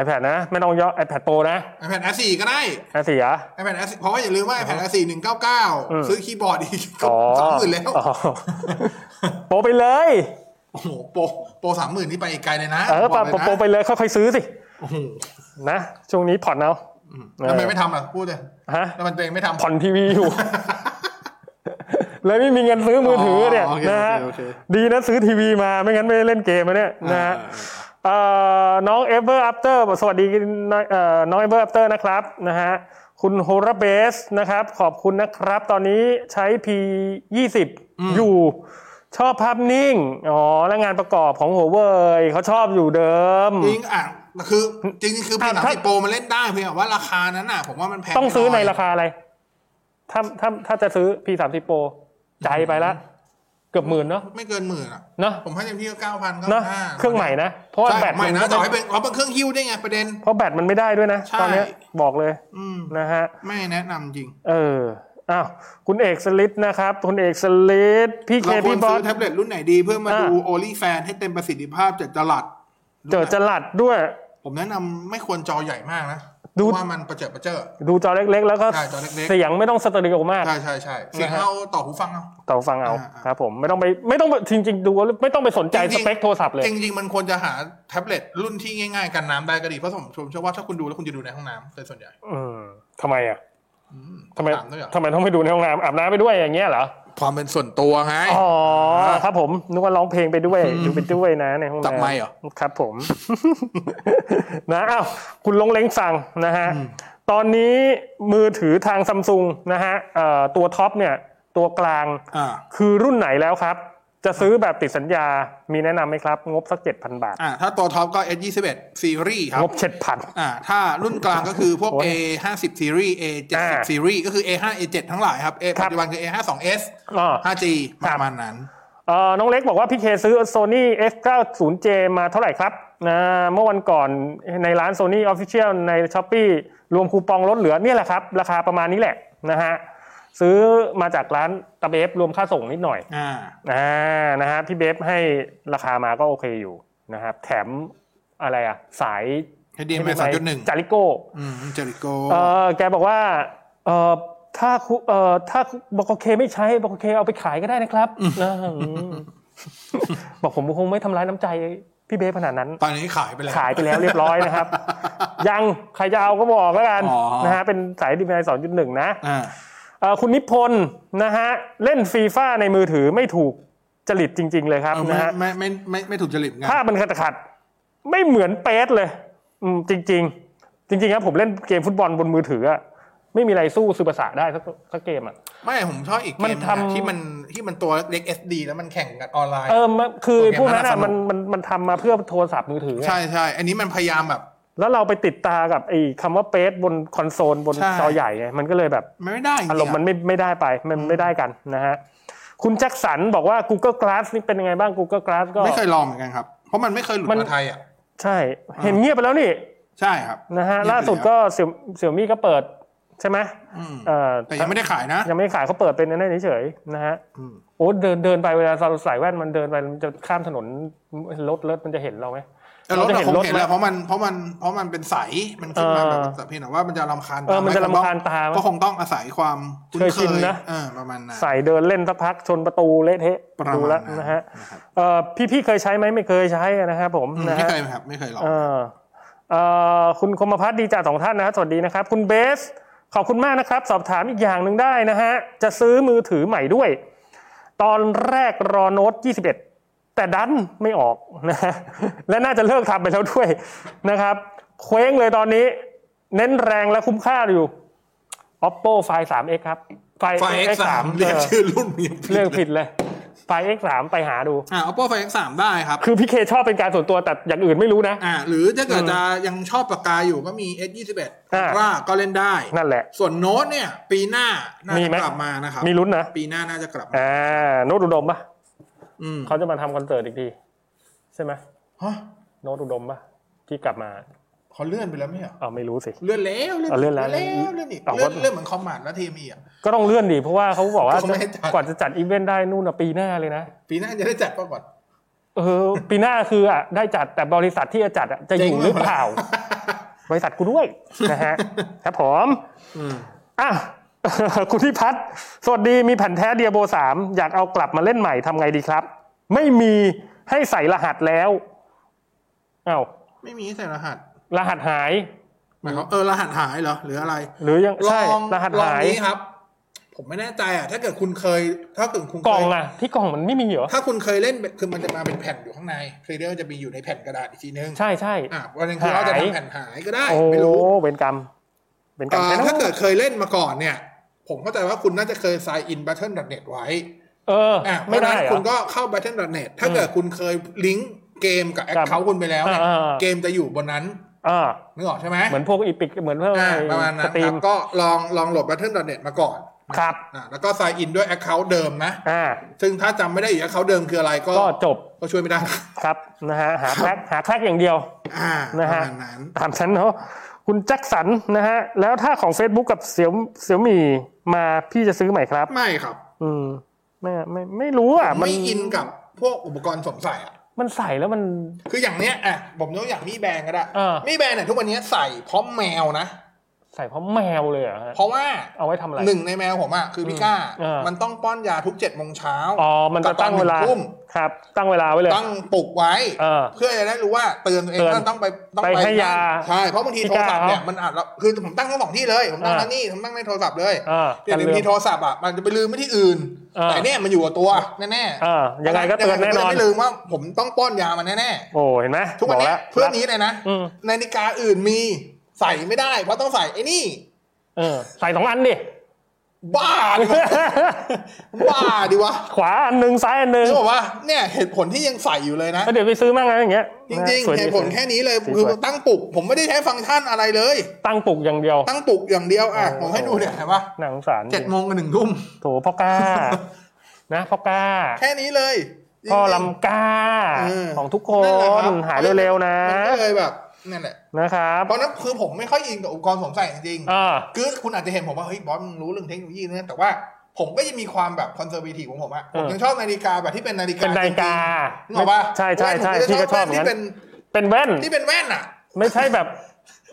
S3: iPad นะ ไม่ต้องย่อ iPad Pro นะ
S4: iPad Air 4ก็ได้
S3: นะเสีย
S4: iPad Air 4เพราะว่าอย่าลืมว่า iPad Air 4
S3: อืม
S4: 199 ซื้อคีย์บอร์ดอีก
S3: อ๋อ
S4: สามหมื่นแล้ว
S3: อ๋อโปรไปเลย
S4: โอ้โห โปรโปรสามหมื่นนี่ไปไกลเลยนะ
S3: เออ
S4: บอก
S3: โปรไปเลยค่อยๆซื้อสิ
S4: โอ้โห
S3: นะ ช่วงนี้ผ่อนเอา
S4: ทำไมไม่ทำอ่ะ พูดเลย
S3: ฮะ
S4: แล้วมันตัวเองไม่ทำ
S3: ผ่อนทีวีอยู่ เลยไม่มีเงินซื้อมือถือเนี่ย
S4: อ๋อโอเค
S3: นะฮะ
S4: โอเคโอเค
S3: ดีนะซื้อทีวีมาไม่งั้นไม่ได้เล่นเกมนะเนี่ยนะฮะ
S4: อ่า
S3: เอ่อน้องเอเวอร์อัปเตอร์สวัสดีน้อยเอ่อน้องเอเวอร์อัปเตอร์นะครับนะฮะคุณโฮราเบสนะครับ ขอบคุณนะครับ ตอนนี้ใช้ P 20อยู่ ชอบภาพนิ่งอ๋อและงานประกอบของหัวเว่ยเขาชอบอยู่เดิม
S4: จริงอ่ะคือจริงๆคือพีหนัง
S3: ถ้า
S4: พีโปรมันเล่นได้เพียงแต่ว่าราคานั้นอ่ะผมว่ามันแพง
S3: ต้องซื้อในรา
S4: คา
S3: คาอะไร ถ้าถ้าถ้าจะซื้อ P 3 0 Pro ใจไปละ เกือบหมื่นเนาะ
S4: ไม่เกินหมื่นอ่ะ
S3: เนอะ
S4: ผมให้เต็มที่ก็เก้าพันก็
S3: เนาะ
S4: ห้า
S3: เครื่องใหม่นะ เพราะว่า
S4: ใช่
S3: แบต
S4: ใหม่นะ
S3: ก็
S4: ต่อให้เป็นเราเป็นเครื่องฮิ้วได้ไงประเด็น
S3: เพราะแบตมันไม่ได้ด้วยนะ
S4: ใช่
S3: ตอนเนี้ยบอกเลย
S4: อืม
S3: นะฮะ
S4: ไม่แนะนำจริง
S3: เออ อ้าว คุณเอกสลิดนะครับ คุณเอกสลิดพี่เค
S4: เราควร
S3: พี่บอ
S4: ซื้
S3: ส
S4: อแท็บเล็ตรุ่นไหนดีเพื่อมา
S3: อ่า
S4: ดูโอลี่แฟนให้เต็มประสิทธิภาพจากจลัด
S3: เจอจลัดด้วย
S4: ผมแนะนำไม่ควรจอใหญ่มากนะ
S3: ดู
S4: เพราะว่ามันประเจิดประเจิด
S3: ดูจอเล็กๆ แล้วก็
S4: ใช่จอเล็กๆ
S3: เสียงไม่ต้องสเตอริโอมาก
S4: ใช่ใช่ใช่เสียง
S3: นะฮะ
S4: เอาต่อหูฟังเอา
S3: ต่อฟังเอา
S4: อ่า
S3: ครับผมไม่ต้องไปไม่ต้องไปจริงๆ ดูไม่ต้องไปสนใจสเปคโทรศัพท์เลย
S4: จริงๆ มันควรจะหาแท็บเล็ตรุ่นที่ง่ายๆ กันน้ำได้ก็ดีเพราะผมชมเชื่อว่าถ้าคุณดูแล้วคุณจะดูในห้องน้ำเป็นส่วนใหญ่
S3: อืมทำไมอ่ะ ทำไม
S4: ถาด้วยเหรอ
S3: ทำไมต้องไปดูในห้องน้ำอาบน้ำไปด้วยอย่างเงี้ยเหรอ
S4: ความเป็นส่วนตัวไง
S3: อ๋อ ครับผม นึกว่าร้องเพลงไปด้วย ดูไปด้วยนะในห้องน้ำ
S4: จับไมค์เหรอ
S3: ครับผม นะอ้าวคุณลงเล้งสั่งนะฮะ ตอนนี้มือถือทางซัมซุงนะฮะเอ่อตัวท็อปเนี่ย ตัวกลาง
S4: อ่า
S3: คือรุ่นไหนแล้วครับ จะซื้อแบบติดสัญญา มีแนะนำไหมครับ งบสักเจ็ดพันบาท
S4: อ่าถ้าตัวท็อปก็ S21 Series ครั
S3: ง
S4: บ
S3: บเจ็ดพัน
S4: อ่าถ้ารุ่นกลางก็คือพวก
S3: โอ้ย
S4: A 5 0 series A 7
S3: อ่า
S4: 0 series ก็คือ A 5 A 7ทั้งหลายครับ A
S3: ครับ
S4: ปัจจุบันคือ A 5 2 S
S3: อ่า
S4: 5G ประมาณนั้น
S3: เอ่อน้องเล็กบอกว่าพี่เคซื้อ Sony F90J มาเท่าไหร่ครับนะเมื่อวันก่อนในร้าน Sony Official ใน s h อ p e e รวมคูปองลดเหลือเนี่ยแหละครับ ราคาประมาณนี้แหละนะฮะซื้อมาจากร้านตะเบฟรวมค่าส่งนิดหน่อย
S4: อ่า
S3: อ่านะฮะพี่เบฟให้ราคามาก็โอเคอยู่นะครับแถมอะไรอะสาย
S4: HDMI 3.1
S3: จาริโก้
S4: อืมเจริโก
S3: เออแกบอกว่าเออถ้าคุเออถ้าบกเคไม่ใช้บกเคเอาไปขายก็ได้นะครับนะอืม บอกผมคงไม่ทำร้ายน้ำใจพี่เบฟขนาด นั้น
S4: ตอนนี้ขายไปแล้ว
S3: ขายไปแล้วเรียบร้อยนะครับ ยังใครจะเอาก็บอกแล้วกัน
S4: อ๋อ
S3: นะฮะเป็นสายดีไอสองจุดหนึ่งนะ
S4: อ่า
S3: เอ่อคุณนิพนธ์นะฮะเล่นฟีฟ่าในมือถือไม่ถูกจริตจริง ๆ เลยครับ
S4: เออไม่
S3: นะฮะ
S4: ไม่ไม่ไม่ไม่ถูกจริตไง
S3: ภาพมันขัดขัดๆไม่เหมือนเป๊ะเลย อืมจริง ๆ จริงๆครับผมเล่นเกมฟุตบอลบนมือถืออะไม่มีอะไรสู้ซูเปอร์สะได้สักสักเกมอะ
S4: ไม่ผมชอบอีกเก
S3: มัน
S4: มหนึ่งอะ
S3: ทำ
S4: ที่มันที่มันตัวเล็ก SD แล้วมันแข่งกันออนไลน์
S3: เออมันคือ
S4: โอเค
S3: พวกนั้น
S4: น่าส
S3: อะ
S4: นุก
S3: มันมันมันทำมาเพื่อโทรศัพท์มือถือไง
S4: ใช่ใช่อันนี้มันพยายามแบบ
S3: แล้วเราไปติดตากับไอ้คำว่าเป๊ะบนคอนโซลบน
S4: ใช่
S3: จอใหญ่ไงมันก็เลยแบบ
S4: มันไม่ได้จงๆะ
S3: อารมณ์มันไม่ไม่ได้ไปมันไม่ได้กันนะฮะคุณแจ็คสันบอกว่า Google Glass นี่เป็นยังไงบ้าง Google Glass ก็
S4: ไม่เคยลองเหมือนกันครับ เพราะมันไม่เคยหลุด
S3: มัน
S4: มาไทยอ่ะ
S3: ใช่ เห็นเงียบไปแล้วนี่
S4: ใช่ครับ
S3: นะฮะ
S4: เงียบไปแว
S3: ล่าสุดก็เสี่ยวเสี่ยมี่ก็เปิดใช่ไหม
S4: อืม
S3: เอ่อ
S4: แต่ยังไม่ได้ขายนะ
S3: ยังไม่ได้ขายเขาเปิดเป็นนั่นเฉยๆนะฮะ
S4: อืม
S3: โอ้เดินเดินไปเวลาเราใส่แว่นมันเดินไปมันจะข้ามถนนรถรถมันจะเห็นเราไหม
S4: แต่รถเราคงเห็นแหล้ว
S3: ไหม
S4: เพราะมันเพราะมันเพราะมันเป็นใสมันขึ้นมาแบบ
S3: เออ
S4: แต่เพียงแต่ว่ามันจะรำคาญต
S3: เออมันจะรำคาญตามั้ย
S4: ก็คงต้องอาศัยความคุ้น
S3: เค
S4: เค
S3: ยชิ
S4: ย
S3: นนะ
S4: เออประมาณนั้น
S3: ใส่เดินเล่นสักพักชนประตูเละเทะ
S4: ประมาณ
S3: ดูแล้ว
S4: นั้น
S3: นะฮะ
S4: นะครับ
S3: เอ่อพี่ๆเคยใช้ไหมไม่เคยใช้นะครับผม
S4: อืม
S3: นะ
S4: ไม่
S3: ฮะ
S4: เคยครับไม่เคยหรอก
S3: เออเอ่อคุณคมพัฒน์ดีจ่าสองท่านนะฮะสวัสดีนะครับ คุณเบส ขอบคุณมากนะครับ สอบถามอีกอย่างหนึ่งได้นะฮะ จะซื้อมือถือใหม่ด้วย ตอนแรกรอโน้ต 21 แต่ดันไม่ออกนะฮะและน่าจะเลิกทำไปแล้วด้วยนะครับ เคว้งเลยตอนนี้ เน้นแรงและคุ้มค่าอยู่ oppo find 3x ครับ find
S4: ไฟ X สามเรียกชื่อรุ่นยัง
S3: เลือก
S4: ผิ
S3: ผิ
S4: ด
S3: ดเลย find x 3ไปหาดู
S4: อ่า oppo ไฟ X สามได้ครับ
S3: คือพี่เคชอบเป็นการส่วนตัวแต่อย่างอื่นไม่รู้นะ
S4: อ่า หรือถ้าเกิดจะยังชอบปากกาอยู่ก็มี S ยี่สิบเอ็ด
S3: อ่า
S4: ว่าก็เล่นได้
S3: นั่นแหละ
S4: ส่วนโน้ตเนี่ย ปีหน้าน่า
S3: มี
S4: จะ
S3: ไหม
S4: กลับมานะครับ
S3: มีลุ้นนะ
S4: ปีหน้าน่าจะกลับมา
S3: อ่าโน้ตอุดมปะ
S4: อืม
S3: เขาจะมาทำคอนเสิร์ตอีกที ใช่ไหม
S4: ฮะ
S3: โน้ตอุดมปะที่กลับมา
S4: เขาเลื่อนไปแล้วไม่ใช่เหรอ
S3: เอาไม่รู้สิ
S4: เลื่อนแล้ว
S3: อ่าเลื่อนแล้ว
S4: เลื่อนแล้วเลื่อนอีก
S3: เอา
S4: เลื่อน
S3: ว่า
S4: เลื่อนเหมือนคอมมานด์และทีมีอ่ะ
S3: ก็ต้องเลื่อนดิเพราะว่าเขาบอกว่า
S4: เขาไม่ให้จัด
S3: กว่าจะจัดอีเวนต์ได้นู่นน่ะปีหน้าเลยนะ
S4: ปีหน้าจะได้จัดก็ก่อน
S3: เออ ปีหน้าคืออ่ะได้จัดแต่บริษัทที่จะจัดอ่ะจะอยู่หรือเปล่า บริษัทกูด้วย นะฮะครับผมอ่ะ คุณพิพัฒน์สวัสดีมีแผ่นแท้เดียโบสามอยากเอากลับมาเล่นใหม่ทำไงดีครับ ไม่มีให้ใส่รหัสแล้วอ้าว
S4: ไม่มีใส่รหัส
S3: รหัสหาย
S4: หมายความเออรหัสหายเหรอหรืออะไร
S3: หรือยังใช่
S4: ลอง
S3: รหัส
S4: ลอง
S3: หาย
S4: นี้ครับ ผ ผมไม่แน่ใจอ่ะ ถ้าเกิดคุณเคย ถ้าเกิดคุณเคย
S3: กล่องอะที่กล่องมันไม่มีเหรอ
S4: ถ้าคุณเคยเล่นแบบคือมันจะมาเป็นแผ่นอยู่ข้างในพรีเดอร์จะมีอยู่ในแผ่นกระดาษอีกทีนึง
S3: ใช่ใช่
S4: อ่ะวันนึงคือเราจะ
S3: หาย
S4: ทำแผ่นหายก็ได้
S3: โอ้
S4: ไม่รู้
S3: เวรกรรมเวรกรรม
S4: อ่า
S3: แค่นั้น
S4: ถ้าเกิดเคยเล่นมาก่อนเนี่ย ผมเข้าใจว่าคุณน่าจะเคย sign in battle net ไว้
S3: เออ
S4: อ่ะ
S3: ไม่ได้เหร
S4: คุ
S3: อ
S4: ณก็เข้า battle net ถ้าเกิดคุณเคยลิงก์เกมกับ
S3: ครับ
S4: account คุณไปแล้วเนี่ย
S3: อ่าอ่า
S4: เกมจะอยู่บนนั้น
S3: อ่า
S4: นึกออกใช่ไหม
S3: เหมือนพวกอีพิกเหมือนพวก
S4: อ่าประมาณนั้
S3: ส
S4: น
S3: ตรี
S4: ครั
S3: ม
S4: บก็ลองลองโหลด battle net มาก่อน
S3: ครับ
S4: อ่ะแล้วก็ sign in ด้วย account เดิมนะ
S3: อ่า
S4: ซึ่งถ้าจำไม่ได้อีก account เดิมคืออะไรก็
S3: ก็จบ
S4: ก็ช่ว ยไม่ได้
S3: ครับนะฮะหาแคร็กหาแคร็กอย่างเดียว
S4: อ่าป
S3: นะ
S4: ระ
S3: ฮะ
S4: มาณนั้น
S3: ตามฉันเนาะคุณแจ็คสันนะฮะ แล้วถ้าของ Facebook กับเสี่ยวเสี่ยวมีมาพี่จะซื้อใหม่ครับ
S4: ไม่ครับ
S3: อืมไม่ไม่ไม่รู้อ่ะ มัน
S4: ไม่อินกับพวกอุปกรณ์สวมใส่อ่ะ
S3: มันใส่แล้วมัน
S4: คืออย่างเนี้ยอ่ะผมยกอย่างมีแบรนด์ก็ได้
S3: เออ
S4: มีแบรนด์เนี่ยทุกวันนี้ใส่พร้อมแมวนะ
S3: ใส่เพราะแมวเลยเหรอฮะ
S4: เพราะว่า
S3: เอาไว้ทำอะไร
S4: หนึ่งในแมวผมอ่ะคือพี่ก้า
S3: เออ
S4: มันต้องป้อนยาทุกเจ็ดโมงเช้า
S3: อ๋อ มันจะตั้งเวลา
S4: กับตอนหนึ่ทุ่ม
S3: ครับ ตั้งเวลาไว้เลย
S4: ตั้งปลุกไว้
S3: เออ
S4: เพื่อจะได้รู้ว่าเตือนตัวเอง
S3: เตือน
S4: ว่าต้องไปต้อง
S3: ไปให้ยา
S4: ใช่เพราะบางที
S3: พี่
S4: โทร
S3: ก้า
S4: ศัพท์เนี่ย
S3: เขามั
S4: มันอาจเราคือผมตั้งทั้งสองที่เลยผมตั้ง
S3: อ่า
S4: ทั้งนี่ผมตั้งในโทรศัพท์เลย
S3: อ่า
S4: เดี๋ยว
S3: กัน
S4: เดี๋ยว
S3: เรื่
S4: บางที
S3: อง
S4: โทรศัพท์อ่ะมันจะไปลืมไม่ที่อื่น
S3: เออ
S4: แต่เนี่ยมันอยู่กับตัวแน่
S3: อ่า
S4: ๆ
S3: ยังไงก็เตือนแน่นอน
S4: ไม่ลืมว่าผมต้องป้อนยามันแน่ๆ
S3: โอ้เห็นไหม
S4: ทุกวัน
S3: บอ
S4: เนี้
S3: แล้
S4: ยเพื่อนนี้เลยนะ
S3: อืม
S4: นาฬิกาอื่นมีใส่ไม่ได้เพราะต้องใส่ไอ้นี่
S3: เออใส่สองอันดิ
S4: บ้าดิวะ บ้าดิวะ
S3: ขวาอันหนึ่งซ้ายอันหนึ่ง
S4: เขาบอกว่าเนี่ยเหตุผลที่ยังใส่อยู่เลยนะ
S3: แล้วเดี๋ยวไปซื้อมั่งนะอย่างเงี้ย
S4: จริง
S3: สวย
S4: ๆเห
S3: ดี
S4: ตุผล
S3: สวย
S4: แค่นี้เลย
S3: สวย
S4: คือตั้งปลุกผมไม่ได้ใช้ฟังก์ชันอะไรเลย
S3: ตั้งปลุกอย่างเดียว
S4: ตั้งปลุกอย่างเดียวอ่ะ
S3: โอ้โห
S4: ผมให้ดูเนี่ยเห็นปะ
S3: หนังสาร
S4: เจ็ดโมงกับหนึ่งทุ่ม
S3: โถพ่อก ล้า นะพ่อกล้า
S4: แค่นี้เลยจริงๆ
S3: พ่อลำกล้า
S4: เออ
S3: ของทุกค
S4: แหละ
S3: น
S4: ครับ
S3: หายเร็วๆนะ
S4: มันก็เลยแบบนั่นแหละ
S3: นะครับ
S4: เพราะนั้นคือผมไม่ค่อยอินกับอุปกรณ์สวมใส่จริงๆ
S3: อ่า
S4: คือคุณอาจจะเห็นผมว่าเฮ้ยบอสมึงรู้เรื่องเทคโนโลยีนะแต่ว่าผมก็ยังมีความแบบคอนเซอร์วทีฟของผมอะ
S3: เอ
S4: ผ
S3: อ
S4: มยังชอบนาฬิกาแบบที่เป็นนาฬิกา
S3: เป็นนาฬิกา
S4: จริงๆนึกออกปะ
S3: ใช่ใช่ใช่
S4: แว่นผม
S3: พี่ก็ชอบเหมือน
S4: ที่
S3: กั
S4: เป็น
S3: นเป็นแว่น
S4: ที่เป็นแว่นอะ
S3: ไม่ใช่แบบ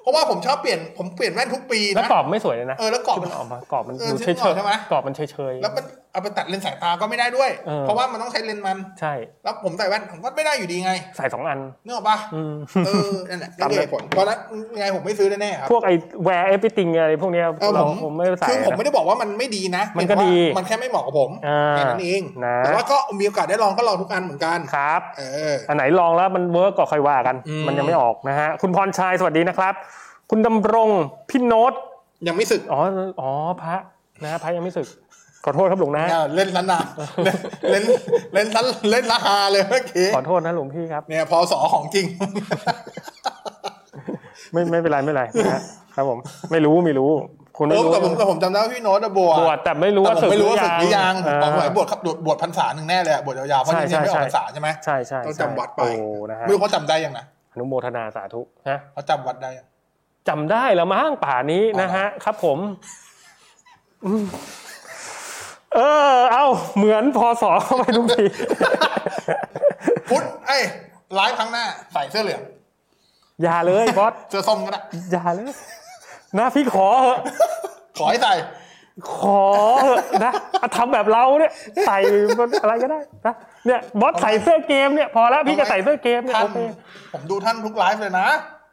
S4: เพราะว่าผมชอบเปลี่ยนผมเปลี่ยนแว่นทุกปี
S3: แล้ว
S4: นะ
S3: กรอบไม่สวยเลยนะ
S4: เออแล้วกรอบ
S3: ที่มันออกมากรอบมัน
S4: เออ
S3: ดู
S4: ที่
S3: เฉ
S4: มันออย กใช่ไหม
S3: ๆกรอบมันเฉย
S4: แล้วมันเอาไปตัดเลนส์สายตาก็ไม่ได้ด้วย
S3: เออ
S4: เพราะว่ามันต้องใช้เลนส์มัน
S3: ๆใช่
S4: แล้วผมใส่แว่นผมก็ไม่ได้อยู่ดีไง
S3: ใส่สองอัน
S4: นึกออกปะ
S3: อืม
S4: เออนั่นแหละนี่คือเหตุผลเพราะนั้นยังไงผมไม่ซื้อแน่ๆครับ
S3: พวกไอ้แวร์เอฟ r y ติงอะไรพวกเนี้ย
S4: เออ
S3: เรา
S4: ผม
S3: ผมไม่ใส่
S4: คือผม
S3: นะ
S4: ไม่ได้บอกว่ามันไม่ดีนะ
S3: มันก็ดี
S4: เพียงแต่ว่ามันแค่ไม่เหมาะกับผม
S3: อ่า
S4: แค่นั้นเอง
S3: นะ
S4: แต่ว่าก็มีโอกาสได้ลองก็ลองทุกอันเหมือนกัน
S3: ครับ
S4: เออ
S3: อันไหนลองแล้วมันเวิร์กก็ค่อยว่ากัน
S4: อืม
S3: มันยังไม่ออกนะฮะ คุณพรชัยสวัสดีนะครับ คุณดำรงพี่โน้ต
S4: ยังไม่สึก
S3: อ๋อ อ๋อ พระนะฮะพระยังไม่สึก ขอโทษครับหลวงนะ
S4: อ่าเล่นลันนาเล่นเล่นลันเล่นละฮาเลยเมื่อกี้
S3: ขอโทษนะหลวงพี่ครับ
S4: เนี่ยพอสอของจริง
S3: ไม่ไม่เป็นไรไม่เป็นไรนะฮะครับผม ไม่รู้ไม่รู้คุณ
S4: โอ้
S3: ไม่รู้
S4: แต่ผมแต่ผมจำได้ว่าพี่โน้ตอะบวช
S3: บวชแต่ไม่รู้
S4: แต่
S3: ว่า
S4: ผม
S3: สึก
S4: ไม่รู้ว่า
S3: ห
S4: สึกหรือยังผม
S3: อ่า
S4: บอกว่าบวชครับบวชบวชพรรษาหนึ่งแน่เลยอะบวชยาวๆเพราะ
S3: ใช่
S4: จริงๆไม่ออก
S3: ใช่
S4: พรรษาใช่ไหม
S3: ใช่ใช่
S4: ต้อง
S3: ใช่
S4: จำวัดไป
S3: โอ้นะฮะ
S4: ไม่รู้เขาจำได้ยังนะ
S3: อนุโมทนาสาธุนะ
S4: เขาจำวัดได้ยัง
S3: จำได้แล้วมั้งป่านี้นะฮะ ครับผมอืมเออ เอาเหมือนพอสอเข้าไปทุกที
S4: พุทธไอ้ยไลฟ์ครั้งหน้าใส่เสื้อเหลือง
S3: อย่าเลยบอส
S4: เสื้อส้มก็ได้
S3: อย่าเลย นะพี่ขอเหอะ
S4: ขอให้ใส่
S3: ขอเหอะนะทำแบบเราเนี่ย ใส่มันอะไรก็ได้นะเนี่ยบอสใส่เสื้อเกมเนี่ยพอแล้วพี่ก็ใส่เสื้อเกมเนี่ย
S4: ท่าน
S3: โอเค
S4: ผมดูท่านทุกไลฟ์เลยนะ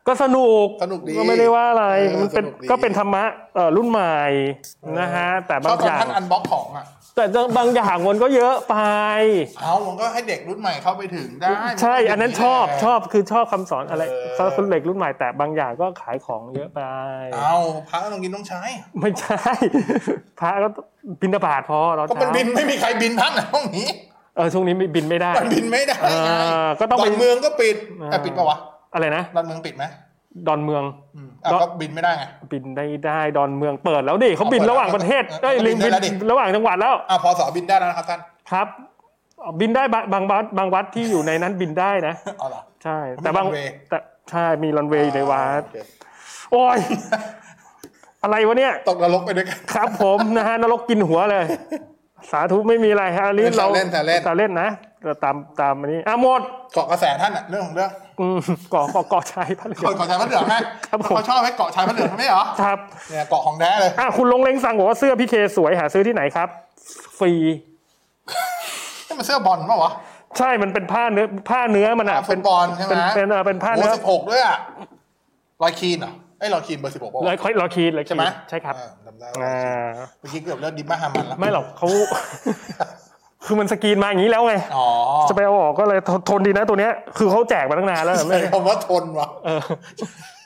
S3: ก็สนุก
S4: สนุกดี
S3: ก็ไม่ได้ว่าอะไร
S4: เออ
S3: มันเป็น
S4: สนุกดี
S3: ก็เป็นธรรมะเอ่อรุ่นใหม่นะฮะ แต่
S4: ช
S3: บา
S4: อบ
S3: ง
S4: ต
S3: อน
S4: อ
S3: ย่าง
S4: ท่านอันบ็อกของอ่ะ
S3: แต่บางอย่างมันก็เยอะไป
S4: เอามันก็ให้เด็กรุ่นใหม่เข้าไปถึงได้
S3: ใช่ อันนั้นชอบช
S4: อบ
S3: อบคือชอบคำสอนอะไร
S4: เออ
S3: สำหรับคนเด็กรุ่นใหม่แต่บางอย่างก็ขายของเยอะไป
S4: เอาพระก็ต้องกินต้องใช้
S3: ไม่ใช่ พระก็บินบาตพอเรา
S4: ก็มันบินไม่มีใครบินท่านอะห้องนี้
S3: เออช่วงนี้ไม่บินไม่ได้
S4: มันบินไม่ได้
S3: เอ
S4: ไง
S3: อก็ต้อง
S4: ด
S3: ไป
S4: อนเมืองก็ปิด
S3: อ่า
S4: แต่ปิดปะวะ
S3: อะไรนะ
S4: ดอนเมืองปิดไหม
S3: ดอนเมือง
S4: อืมอ่ะ
S3: ดอน
S4: ก็บินไม่ได้ไง
S3: บินได้ได้ดอนเมืองเปิดแล้วดิเขา
S4: เอา
S3: บินระหว่าง
S4: เปิ
S3: ป
S4: ด
S3: ระ
S4: แล้ว
S3: เทศ
S4: เออ
S3: ได้ยลิงบิ
S4: บิน
S3: น
S4: ได้แล้วดิ
S3: ระหว่างจังหวัดแล้ว
S4: อ่ะพอสอบินได้แล้วนะครับท่าน
S3: ครับบินได้บางบางวัดบางวัดที่อยู่ในนั้นบินได้นะ
S4: เอาเหรอ
S3: ใช่
S4: มันมี
S3: แต่บาง
S4: runway
S3: แต่ใช่มีรันเวย์ในวัด
S4: โอเค
S3: โอ้ย อะไรวะเนี่ย
S4: ตกนรกไปด้วยกัน
S3: ครับผมนะฮะนรกกินหัวเลย สาธุไม่มีอะไรฮะอันนี้เรา
S4: เล่นแต่เล่นแต่เล่น
S3: แต่เล่นนะแต่ตามตามอันนี้อ่ะหมด
S4: เกาะกระแสท่านอ่ะเรื่องของเรื่อง
S3: อืมก่อก่อก่อชายพระเหลื
S4: ค
S3: อน ง
S4: เกาะชายพระเหลืองไง
S3: ครับผม
S4: เขาชอบให้เกาะชายพระเหลืองไม่เหรอ
S3: ครับ
S4: เนี่ยเกาะของแท้เลย
S3: อ่ะคุณลงเล้งสั่งบอกว่าเสื้อพี่เคสวยหาซื้อที่ไหนครับ ฟรี
S4: นี่มันเสื้อบอลปะวะ
S3: ใช่มันเป็นผ้าเนื้อผ้าเนื้อมันอ่ะ
S4: ฟุตบอลใช่ไหม
S3: เป็นเป็นเออเป็นผ้า
S4: โอ้
S3: เนื้อ
S4: สิบหกด้วยอ่ะลอยคีนเหรอ ไอ้ยรอคีนเบอร์สิบหกป่ะ
S3: เล
S4: วะ
S3: ยค่อยรอคีดเลย
S4: ใช่ไหม
S3: ใช่ครับ
S4: อ่าจำได้ว่า
S3: อ่า
S4: เมื่อกี้เกือบเลือดดิบมาฮามันละ
S3: ไม่หรอกเขา คือมันสกรีนมาอย่างนี้แล้วไง
S4: อ๋อ
S3: จะไปเอาออกก็เลยทนทนดีนะตัวเนี้ย คือเขาแจกมาตั้งนาน แล้วไม่
S4: ใช้คำว่าทนวะ
S3: เออ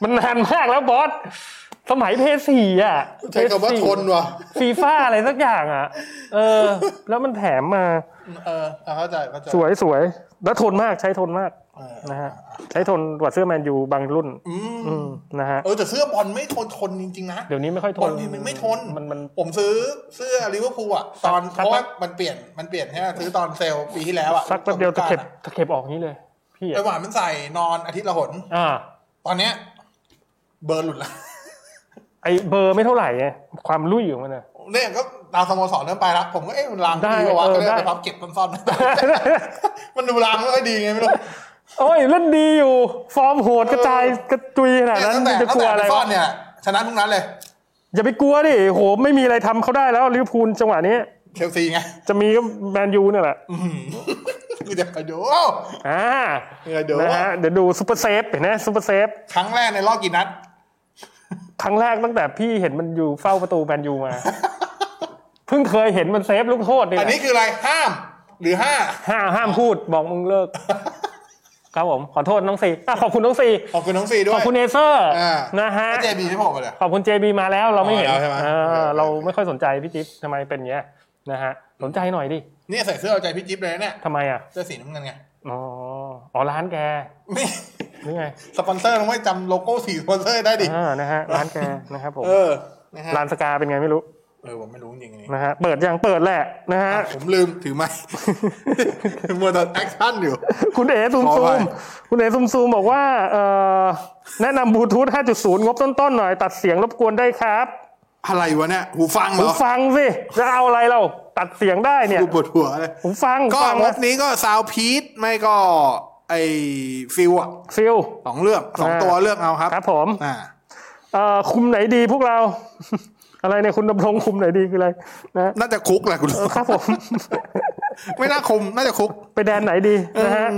S3: มันนานมากแล้วบอส สมัยเพสี่อ่ะ
S4: ใช้คำว่าทนวะ
S3: ฟีฟ่าอะไรสักอย่างอ่ะ เออ แล้วมันแถมมา
S4: เอออ่ะเข้าใจเข้าใจ
S3: สวยสวยแล้วทนมากใช้ทนมาก
S4: เออ
S3: นะฮะ ใช้ทนกว่าเสื้อแมนยูบางรุ่น
S4: อืม
S3: อืมนะฮะ
S4: เออแต่เสื้อบอลไม่ทนทนจริงๆนะ
S3: เดี๋ยวนี้ไม่ค่อยท
S4: บอน ลนี่มันไม่ทน
S3: มันมัน
S4: ผมซื้อเสื้อลิเวอร์พูลอ่ะตอน
S3: ซัก
S4: เพราะว่ามันเปลี่ยนมันเปลี่ยนใช่ไหมซื้อตอนเซลล์ปีที่แล้วอ่ะ
S3: ซักแป๊บเดียวตะเข็บตะเข็บออกนี้เลย พี่
S4: ไอ
S3: อะ
S4: หวานมันใส่นอนอาทิตย์ละหน
S3: อ่า
S4: ตอนเนี้ยเบอร์หลุดแล้ว
S3: ไอเบอร์ไม่เท่าไหร่ไงความลุ่ยของมันอะ
S4: เนี่ยก็ลางสโมสรเริ่มไปแล้วผมก็เอ๊ะมันลาง
S3: ได้
S4: ดีวะ
S3: เออ
S4: ก็
S3: ได้
S4: เลยเอาไปพับเก็บซ่อนๆไว้ มันดูลางไม่ค่อยดีไงไม่รู้
S3: โอ้ยเล่นดีอยู่ ฟอร์มโหดกระจายกระจุยขนาด
S4: เนี่ย
S3: นั้น
S4: ตั้งแต่
S3: จะ
S4: ตั้
S3: ก
S4: ง
S3: ลัว
S4: แต่
S3: อะไร
S4: ซ่อ
S3: วะ
S4: นเนี่ยชนะทุกนัดเลย
S3: อย่าไปกลัวดิโหไม่มีอะไรทำเขาได้แล้วลิเวอร์พูลจังหวะนี้
S4: เชลซีไง
S3: จะมีก็แมนยูเนี่ยแหละ
S4: กูจะไปดูเอ้า
S3: อ่า
S4: เดี๋ยวดู
S3: นะ
S4: ว่า
S3: ฮะเดี๋ยวดูซูเปอร์เซฟเห็นไหมซูเปอร์เซฟ
S4: ครั้งแรกในรอบกี่นัด
S3: ครั้งแรกตั้งแต่พี่เห็นมันอยู่เฝ้าประตูแมนยู มา เพิ่งเคยเห็นมันเซฟลูกโทษนี่แห
S4: อัน
S3: ละ
S4: นี้คืออะไรห้ามหรือห้า
S3: ห้ามห้ามพูดบอกมึงเลิ ก ครับผม ขอโทษน้องซีอ่ะขอบคุณน้องซี
S4: ขอบคุณน้องซีด้
S3: ข
S4: ว
S3: อบ
S4: ย
S3: คุณเอเซอร์
S4: อ่า
S3: นะฮะ
S4: เจบีที่ผมไปเลย
S3: ขอบคุณ JB มาแล้วเราไม่เห็น
S4: อ๋อแล้วใช่ไหม
S3: เอ
S4: โอ
S3: อ
S4: เคโอเค
S3: เราไม่ค่อยสนใจพี่จิ๊บทำไมเป็นอย่างเงี้ยนะฮะสนใจหน่อยดิ
S4: เนี่ยใส่เสื้อเอาใจพี่จิ๊บเลยนะเนี่ย
S3: ทำไมอ่ะ
S4: เสื้อสีน้ำเงินไง
S3: อ๋ออ๋อร้านแก
S4: นี่
S3: หรือไง
S4: สปอนเซอร์ต้องไม่จำโลโก้สีสปอนเซอร์ได้ดิ
S3: อ่านะฮะร้านแกนะครับผม
S4: เออนะฮะ
S3: ร้านสกาเป็นไงไม่รู้
S4: เออผมไม่รู้จริงๆอันนี้
S3: นะฮะเปิดยังเปิดแหละนะฮะ
S4: ผมลืมถือไม้ มัวแต่แอคชั่นอยู่
S3: คุณเอ๋ซูม
S4: ขอ
S3: ซู
S4: อภั
S3: ม
S4: ย
S3: คุณเอ๋ซูมซูมบอกว่าเอ่อแนะนำบลูทูธ5.0 งบต้นๆหน่อย ตัดเสียงรบกวนได้ครับ
S4: อะไรวะเนี่ย หูฟังเหร
S3: หู
S4: อ
S3: ฟังสิจะเอาอะไรเราตัดเสียงได้เนี่ย
S4: หูปวดหัวเลย
S3: หูฟัง
S4: ก็
S3: ฟัง
S4: ง
S3: นะ
S4: บนี้ก็ซาวพีทไม่ก็ไอฟิวอะ
S3: ฟิล
S4: สองเลือกสอง
S3: อ่า
S4: ตัวเลือกเอาครับ
S3: ครับผม
S4: อ่า
S3: เอ่อคุมไหนดีพวกเรา อะไรเนี่ยคุณดำรงคุมไหนดีคืออะไรนะ
S4: น่าจะคุกแหละคุณ
S3: เออครับผม
S4: ไม่น่าคุมน่าจะคุก
S3: ไปแดนไหนดีนะฮะ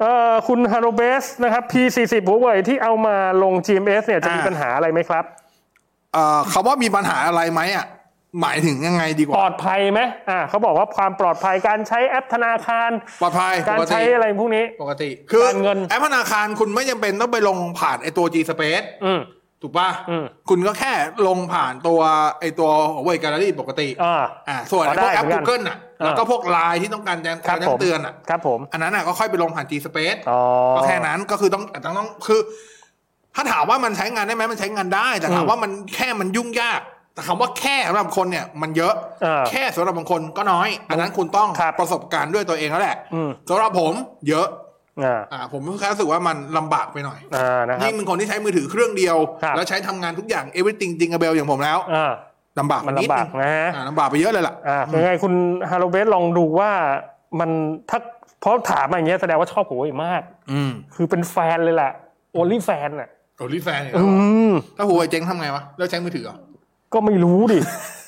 S3: เอ่อคุณฮาโรเบสนะครับ P40 หัวเว่ยที่เอามาลง GMS เนี่ยจะมี
S4: อ่า
S3: ปัญหาอะไรไหมครับ
S4: เอ่อคำว่ามีปัญหาอะไรไหมอ่ะหมายถึงยังไงดีก
S3: ปล
S4: ว่า
S3: อดภัยไหมอ่าเขาบอกว่าความปลอดภัยการใช้แอปธนาคาร
S4: ปลอดภัย
S3: การ
S4: ปติ
S3: ใช้อะไรพวกนี้
S4: ปกติ คือ
S3: การเงิน
S4: แอปธนาคารคุณไม่จำเป็นต้องไปลงผ่านไอตัว G Space
S3: อืม
S4: ถูกป่ะ
S3: อืม
S4: คุณก็แค่ลงผ่านตัวไอตัว Huawei Gallery ปกติ
S3: อ่า
S4: อ่าส่วนไอ้พวก
S3: ได้
S4: แอป
S3: เหมือนกัน
S4: Google น่ะ แล้วก็พวก Line ที่ต้องการแจ้ง
S3: ครับ
S4: แจ้
S3: ผ
S4: ง
S3: ม
S4: เตือนอ่ะ
S3: ครับผม
S4: อันนั้นน่ะก็ค่อยไปลงผ่าน G Space
S3: อ๋อ
S4: ก็แค่นั้นก็คือต้องต้องต้องคือ ถ้าถามว่ามันใช้งานได้ไหมมันใช้งานได้ แต่ถามว่ามันแค่มันยุ่งยาก แต่คำว่าแค่สำหรับบางคนเนี่ยมันเยอะ
S3: อ่า
S4: แค่สำหรับบางคนก็น้อย อันนั้นคุณต้อง
S3: ครับ
S4: ประสบการณ์ด้วยตัวเองแล้วแหละ
S3: อืม
S4: สำหรับผมเยอะ
S3: อ่า
S4: อ่าผมแค่รู้สึกว่ามันลำบากไปหน่อย
S3: อ่านะครับ
S4: ยิ่งเป็นคนที่ใช้มือถือเครื่องเดียว
S3: ครับ
S4: แล้วใช้ทำงานทุกอย่าง everything จริงกับเบลอย่างผมแล้ว
S3: อ่า
S4: ลำบาก
S3: มัน
S4: ได
S3: ลำบาก
S4: ง
S3: นะฮะ
S4: อ่าลำบากไปเยอะเลยล่ะ
S3: อ่ายังไงคุณฮาโลเบสลองดูว่ามันถ้าเพราะถามมาอย่างเงี้ยแสดงว่าชอบโอ้ยมาก
S4: อืม
S3: คือเป็นแฟนเลยแหละโอลี่แฟนอ่ะ
S4: โอลิแฟนเนี่ย
S3: อืม
S4: ถ้าหัวไอเจ๊งทำไงวะ แล้วใช้มือถือเหรอ
S3: ก็ไม่รู้ดิ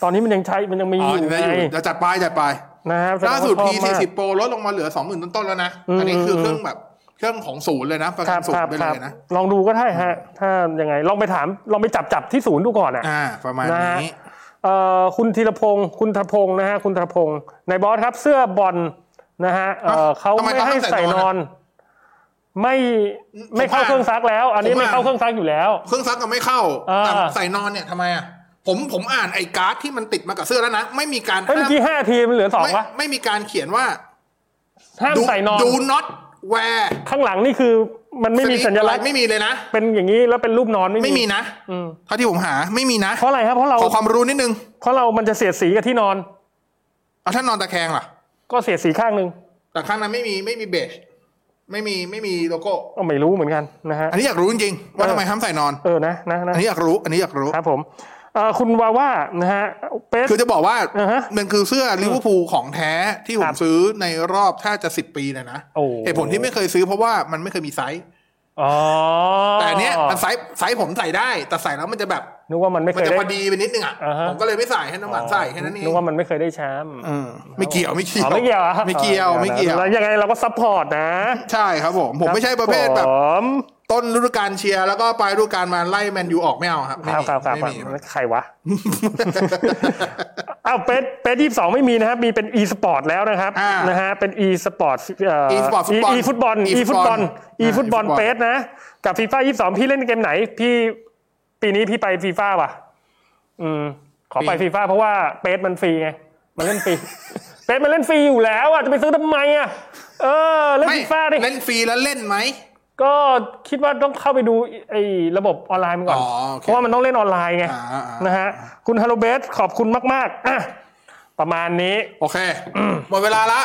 S3: ตอนนี้มันยังใช้มันยังมี
S4: อ๋
S3: อ
S4: อยู่ ได้
S3: ไง
S4: อยู่จะจัดไปจัดไป
S3: นะครับแดง
S4: ล่า
S3: ว่
S4: สุด
S3: ชอบ
S4: P
S3: มาก
S4: 40 Pro ลดลงมาเหลือ 20,000 ต้นๆแล้วนะ
S3: อืม
S4: อันนี้คืออ
S3: ม
S4: เครื่องแบบเครื่องของศูนย์เลยนะ ประ
S3: ค
S4: กั
S3: รั
S4: น
S3: บ
S4: ศูน
S3: ครั
S4: ย์
S3: บ
S4: ไป
S3: ค
S4: เล
S3: รับ
S4: ยนะ
S3: ลองดูก็ได้ฮะ ถ้ายังไงลองไปถามลองไปจับจับที่ศูนย์ดูก่อนอ่ะ
S4: อ่า ประมาณ
S3: นะฮะ
S4: นี้
S3: เอ่อคุณธีรพงศ์คุณธรพงศ์นะฮะคุณธรพงศ์ในายบอสครับเสื้อบอลนะฮะเอ่อ
S4: ฮะ
S3: เขา
S4: ทำไม
S3: ไม่
S4: ต้อง
S3: ให้
S4: ให้ใส่
S3: ใส่น
S4: น
S3: อ
S4: อน น
S3: ไม่ไม่เข้าเครื่องซักแล้ว อันนี้
S4: ผมอ่าน
S3: ไม่เข้าเครื่องซักอยู่แล้ว
S4: เครื่องซักก็ไม่เข้า
S3: อ่า
S4: แต่ใส่นอนเนี่ยทำไมอ่ะผมผมอ่านไอ้การ์ดที่มันติดมากับเสื้อแล้วนะไม่มีการ
S3: เฮ้ยเมื่อกี้ห้าทีมเหลือสอง
S4: ไม่
S3: วะ
S4: ไม่มีการเขียนว่า
S3: ห้ามใส่นอน
S4: ดู not wear
S3: ข้างหลังนี่คือมันไม่มีสัญลักษณ์
S4: ไม่มีเลยนะ
S3: เป็นอย่างนี้แล้วเป็นรูปนอนไม่
S4: ไม่มีนะ
S3: อืม
S4: เท่าที่ผมหาไม่มีนะ
S3: เพราะอะไรครับเพราะเรา
S4: ขอความรู้นิดนึง
S3: เพราะเรามันจะเสียดสีกับที่นอน
S4: เอาถ้านอนตะแคงล่ะ
S3: ก็เสียดสีข้างหนึ่ง
S4: แต่ข้างนั้นไม่มีไม่มีเบจไม่มีไม่มีโลโก้
S3: ก็ไม่รู้เหมือนกันนะฮะ
S4: อันนี้อยากรู้จริงๆว่าทำไมห้ามใส่นอน
S3: เออนะนะนะ
S4: อันนี้อยากรู้ อันนี้อยากรู้
S3: ครับผมเอ่อคุณวาว่านะฮะเป๊ะ
S4: คือจะบอกว่า
S3: อ่าฮะ
S4: มันคือเสื้อลิเวอร์พูลของแท้ที่ผ
S3: ครั
S4: ม
S3: บ
S4: ซื้อในรอบถ้าจะสิบปีเลยนะ
S3: โอ้
S4: เหตุผลที่ไม่เคยซื้อเพราะว่ามันไม่เคยมีไซส์
S3: อ๋อ
S4: แต่อันเนี้ยมันไซส์ไซส์ผมใส่ได้ แต่ใส่แล้วมันจะแบบ
S3: นึกว่ามันไม่เค
S4: มั
S3: น ย
S4: จะ
S3: ได้
S4: พอดีไปนิดนึงอ่ะ
S3: อ่าฮะ
S4: ผมก็เลยไม่ใส่ให้น้ำหวานใส่แค่นั้นเอง
S3: นึกว่ามันไม่เคยได้แชมป์
S4: เออไม่เกี่ยวไม่เกี่ยว
S3: อ๋อไม่เกี่ยวหรอ
S4: ไม่เกี่ยว
S3: อ๋อ
S4: ไม่เกี่ยว
S3: แล้วยังไงเราก็ซัพพอร์ตนะ
S4: ใช่ครับผม ผมไม่ใช่ประเภทแบบ
S3: ผม
S4: ต้นฤดูกาลเชียร์แล้วก็ปลายฤดูกาลมาไล่แมนยูออกไม่เอาครับไม่
S3: ครับ
S4: มี
S3: ครับครับ
S4: ไม่มี
S3: ครับใครวะ อ้าว เป็ดเป็ดยี่สองไม่มีนะครับ มีเป็น e สปอร์ตแล้วนะครับ
S4: อ่าน
S3: นะฮะเป็น e สปอร์ต
S4: e-sport ฟุตบอล
S3: e ฟุตบอล e ฟุตบอล e ฟุตบอล
S4: อ่า
S3: เป็ดนะ กับฟีฟ่ายี่สองพี่เล่นเกมไหน พี่ปีนี้พี่ไปฟีฟ่าว่ะ อืม ขอไป
S4: ปี
S3: ฟีฟ่าเพราะว่าเป็ดมันฟรีไง มันเล่น ฟรี เป็ดมันเล่นฟรีอยู่แล้วอ่ะจะไปซื้อทำไมอ่ะเออเล่น
S4: ไม่
S3: ฟีฟ่าดิ
S4: เล่นฟรีแล้วเล่นไหม
S3: ก็คิดว่าต้องเข้าไปดูไอ้ระบบออนไลน์มันก่อน
S4: อ๋อโอเค
S3: เพราะว่ามันต้องเล่นออนไลน์ไง
S4: อ่าอ่าน
S3: นะฮะคุณฮารุเบสขอบคุณมากๆอ่ะประมาณนี้
S4: โอเคหมดเวลาละ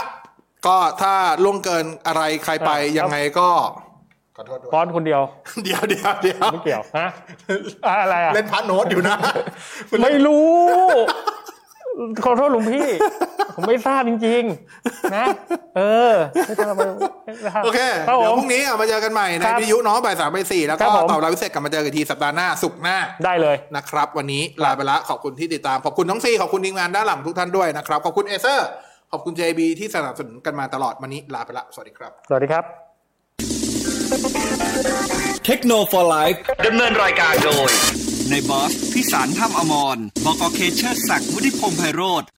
S4: ก็ถ้าล่วงเกินอะไรใครไป
S3: ครับ
S4: ยังไงก็ ขอโทษด้วย
S3: บอสคนเดียว
S4: เดี๋ยวเดี๋ยวเดี๋ยว
S3: ไม่เกี่ยวฮะอ่ะอะไรอ่ะ
S4: เล่นพาร์ทโน้ตอยู่นะ
S3: ไม่รู้ ขอโทษหลวง พี่ ผมไม่ทราบจริงๆ นะ เออไม่ทราบไม่ทราบ
S4: โอเค
S3: ครับผ
S4: เดี๋ยว
S3: ม
S4: พรุ่งนี้อ่ะมาเจอกันใหม่ใน
S3: ครับ
S4: วิทยุเน้องบ่ายสามบ่ายสี่แล้ว
S3: ครั
S4: ก็
S3: บผม
S4: ต่อเราพิเศษกลับมาเจอกันอีกทีสัปดาห์หน้าสุกร์หน้า
S3: ได้เลย
S4: นะครับ วันนี้ลาไปละขอบคุณที่ติดตาม ขอบคุณน้องซีขอบคุณทีมงานด้านหลังทุกท่านด้วยนะครับ ขอบคุณเอเซอร์ขอบคุณ JB ที่สนับสนุนกันมาตลอดวันนี้ลาไปละสวัสดีครับ
S3: สวัสดีครับ
S2: เทคโนโลยีไลฟ์
S1: ดำเนินรายการโดย ในบอสพิสารถ้ำอมรบอกอเคเชอร์ศักดิ์วุฒิพงษ์ไพโรธ